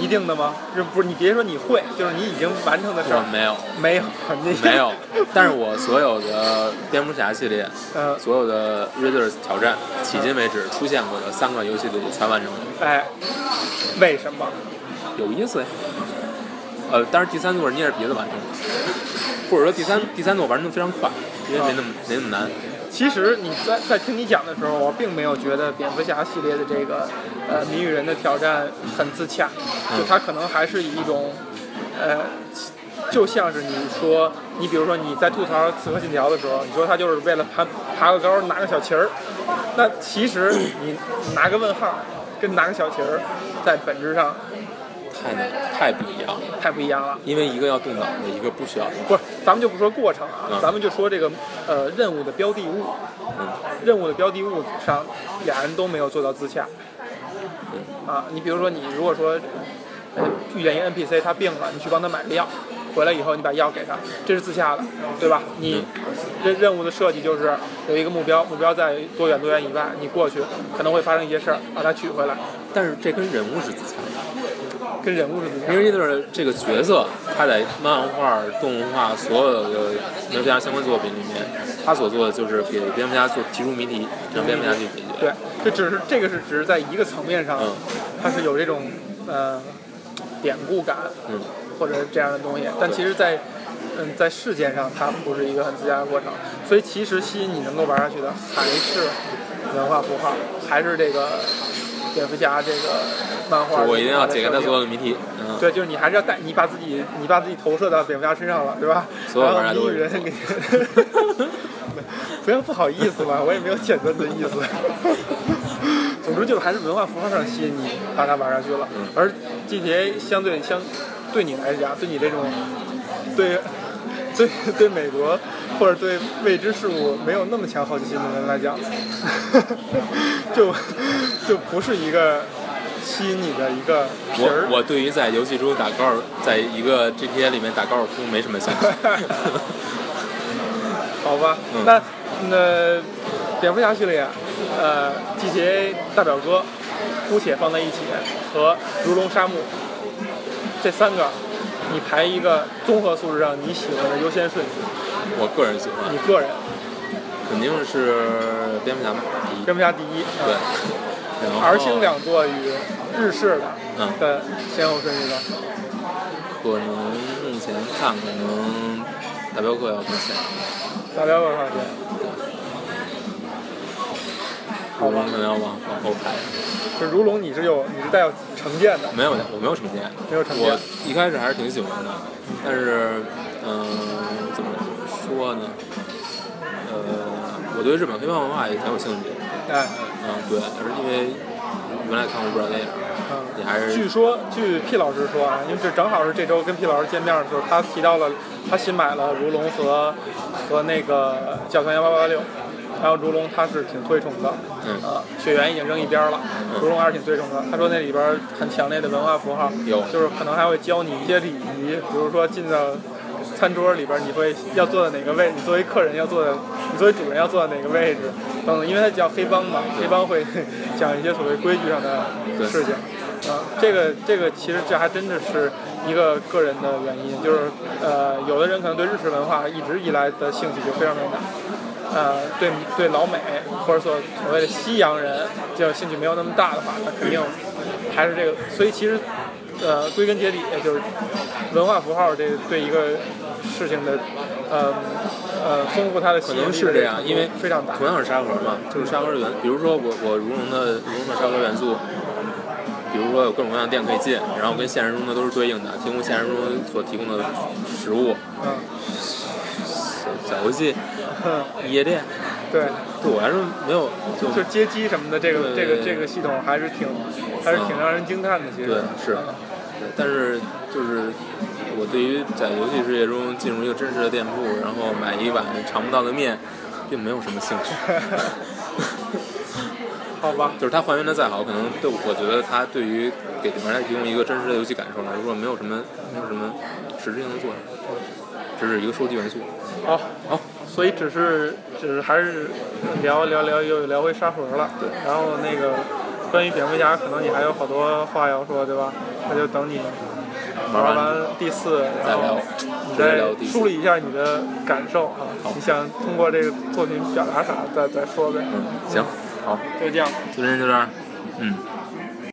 [SPEAKER 3] 一定的吗？这不是你别说你会，就是啊你已经完成的事
[SPEAKER 1] 我
[SPEAKER 3] 儿，
[SPEAKER 1] 没有，
[SPEAKER 3] 没有，你
[SPEAKER 1] 没
[SPEAKER 3] [laughs]
[SPEAKER 1] 有，但是我所有的蝙蝠侠系列，
[SPEAKER 3] 呃，
[SPEAKER 1] 所有的 Raiders 挑战，迄今为止出现过的三个游戏里全完成了，
[SPEAKER 3] 哎，为什么？
[SPEAKER 1] 有意思呀。呃，当然第三座捏着鼻子完成的，或者说第三第三座完成的非常快，因为没那么
[SPEAKER 3] 嗯
[SPEAKER 1] 没那么难。
[SPEAKER 3] 其实你在在听你讲的时候，我并没有觉得蝙蝠侠系列的这个呃谜语人的挑战很自洽，
[SPEAKER 1] 嗯
[SPEAKER 3] 就它可能还是以一种呃，就像是你说你比如说你在吐槽《刺客信条》的时候，你说他就是为了爬爬个高拿个小旗儿，那其实你拿个问号跟拿个小旗儿在本质上
[SPEAKER 1] 太难太不一样了，
[SPEAKER 3] 太不一样了。
[SPEAKER 1] 因为一个要动脑子，一个不需要动脑子。
[SPEAKER 3] 不是，咱们就不说过程啊，
[SPEAKER 1] 嗯
[SPEAKER 3] 咱们就说这个呃任务的标的物，
[SPEAKER 1] 嗯
[SPEAKER 3] 任务的标的物上俩人都没有做到自洽。啊，你比如说你如果说呃遇见一个 NPC 他病了，你去帮他买个药，回来以后你把药给他，这是自洽的，对吧？你这任务的设计就是有一个目标，目标在多远多远以外，你过去可能会发生一些事儿，把它取回来，
[SPEAKER 1] 但是这跟人物是自洽的。
[SPEAKER 3] 跟人物是自洽
[SPEAKER 1] 因。为就是这个角色，他在漫画、动画所有的蝙蝠侠相关作品里面，他所做的就是给蝙蝠侠做提出谜题，让蝙蝠侠去解决。
[SPEAKER 3] 对，这只是这个是只是在一个层面上，
[SPEAKER 1] 嗯
[SPEAKER 3] 它是有这种呃典故感
[SPEAKER 1] 嗯，
[SPEAKER 3] 或者这样的东西，但其实在，嗯在事件上它不是一个很自洽的过程，所以其实吸引你能够玩下去的还是文化符号，还是这个蝙蝠侠这个漫画。
[SPEAKER 1] 我一定要解开他所有
[SPEAKER 3] 说。
[SPEAKER 1] 的谜题。嗯，
[SPEAKER 3] 对，就是你还是要带你把自己，你把自己投射到蝙蝠侠身上了，对吧？
[SPEAKER 1] 所有玩
[SPEAKER 3] 然
[SPEAKER 1] 家
[SPEAKER 3] 后
[SPEAKER 1] 都
[SPEAKER 3] 你
[SPEAKER 1] 是
[SPEAKER 3] 人
[SPEAKER 1] 这么
[SPEAKER 3] 给， [laughs] 不要不好意思嘛，我也没有谴责你的意
[SPEAKER 1] [laughs]
[SPEAKER 3] 思。总之就是还是文化符号上吸引你把它玩上去了，而 GTA 相对相对你来讲，对你这种对对对美国或者对未知事物没有那么强好奇心的人来讲， [laughs] 就就不是一个吸引你的一个皮儿。
[SPEAKER 1] 我我对于在游戏中打高尔，在一个 GTA 里面打高尔夫没什么兴趣。
[SPEAKER 3] [laughs] 好吧，
[SPEAKER 1] 嗯
[SPEAKER 3] 那那蝙蝠侠系列，呃，GTA 大表哥，姑且放在一起和如龙沙漠这三个，你排一个综合素质上你喜欢的优先顺序，
[SPEAKER 1] 我个人喜欢
[SPEAKER 3] 你，个人
[SPEAKER 1] 肯定是蝙蝠侠嘛第一。
[SPEAKER 3] 蝙蝠侠第一，
[SPEAKER 1] 对
[SPEAKER 3] 啊，
[SPEAKER 1] 然后
[SPEAKER 3] R 星两座与日式的
[SPEAKER 1] 嗯
[SPEAKER 3] 的先后顺序呢？
[SPEAKER 1] 可能目前看可能大镖客要更先，
[SPEAKER 3] 大表哥上去，好
[SPEAKER 1] 我
[SPEAKER 3] 吧
[SPEAKER 1] 可能要往往后排。
[SPEAKER 3] 就如龙你是有你是带有成见的，
[SPEAKER 1] 没有，我没有成见，
[SPEAKER 3] 没有成见嗯
[SPEAKER 1] 我一开始还是挺喜欢的，但是，嗯、呃怎么说呢？呃，我对日本黑帮文化也挺有兴趣，
[SPEAKER 3] 哎，
[SPEAKER 1] 嗯，对，而因为原来看过不少电影，你
[SPEAKER 3] 嗯。
[SPEAKER 1] 还是
[SPEAKER 3] 据说，据 P 老师说啊，因为这正好是这周跟 P 老师见面的时候，他提到了他新买了《如龙和》和那个《教团幺八八六》，还有《如龙》，他是挺推崇的。
[SPEAKER 1] 嗯
[SPEAKER 3] 呃，血缘已经扔一边儿了，如龙二挺最重要。他说那里边儿很强烈的文化符号，
[SPEAKER 1] 有
[SPEAKER 3] 就是可能还会教你一些礼仪，比如说进到餐桌里边儿你会要坐在哪个位置，你作为客人要坐在，你作为主人要坐在哪个位置等等，因为他叫黑帮嘛，黑帮会 [laughs] 讲一些所谓规矩上的
[SPEAKER 1] 对
[SPEAKER 3] 事情。啊，这个这个其实这还真的是一个个人的原因，就是呃，有的人可能对日式文化一直以来的兴趣就非常非常大，呃，对对老美或者所所谓的西洋人就兴趣没有那么大的话，那肯定还是这个。所以其实，呃，归根结底就是文化符号这个对一个事情的，呃呃，丰富它的吸
[SPEAKER 1] 可
[SPEAKER 3] 引力
[SPEAKER 1] 能
[SPEAKER 3] 的
[SPEAKER 1] 是这样，
[SPEAKER 3] 程度
[SPEAKER 1] 因为
[SPEAKER 3] 非常大。
[SPEAKER 1] 同样是沙盒嘛，就是沙盒元，比如说我我如龙的如龙的沙盒元素，比如说有各种各样的店可以进，然后跟现实中的都是对应的，提供现实中所提供的食物、
[SPEAKER 3] 嗯，
[SPEAKER 1] 小小游戏、
[SPEAKER 3] 哼
[SPEAKER 1] 夜店，
[SPEAKER 3] 对，
[SPEAKER 1] 对我来说没有就
[SPEAKER 3] 就街机什么的，这个
[SPEAKER 1] 对
[SPEAKER 3] 这个这个系统还是挺还是挺让人惊叹的。其实
[SPEAKER 1] 对是，对但是就是我对于在游戏世界中进入一个真实的店铺，然后买一碗尝不到的面，并没有什么兴趣。
[SPEAKER 3] 好吧，
[SPEAKER 1] 就是它还原的再好，可能对我觉得它对于给玩家提供一个真实的游戏感受来说，没有什么没有什么实质性的作用，只是一个收集元素。
[SPEAKER 3] 好，
[SPEAKER 1] 好，
[SPEAKER 3] 所以只是只是还是聊聊聊又聊回沙盒了。然后那个关于蝙蝠侠，可能你还有好多话要说，对吧？那就等你
[SPEAKER 1] 玩
[SPEAKER 3] 玩
[SPEAKER 1] 完
[SPEAKER 3] 完第四，
[SPEAKER 1] 再
[SPEAKER 3] 然
[SPEAKER 1] 聊
[SPEAKER 3] 后，
[SPEAKER 1] 直
[SPEAKER 3] 你
[SPEAKER 1] 接
[SPEAKER 3] 再
[SPEAKER 1] 聊第
[SPEAKER 3] 梳
[SPEAKER 1] 四。
[SPEAKER 3] 理一下你的感受啊。你想通过这个作品表达啥，再再说呗。
[SPEAKER 1] 嗯，行，好，
[SPEAKER 3] 就这样。
[SPEAKER 1] 就今天就这样，嗯。
[SPEAKER 3] 嗯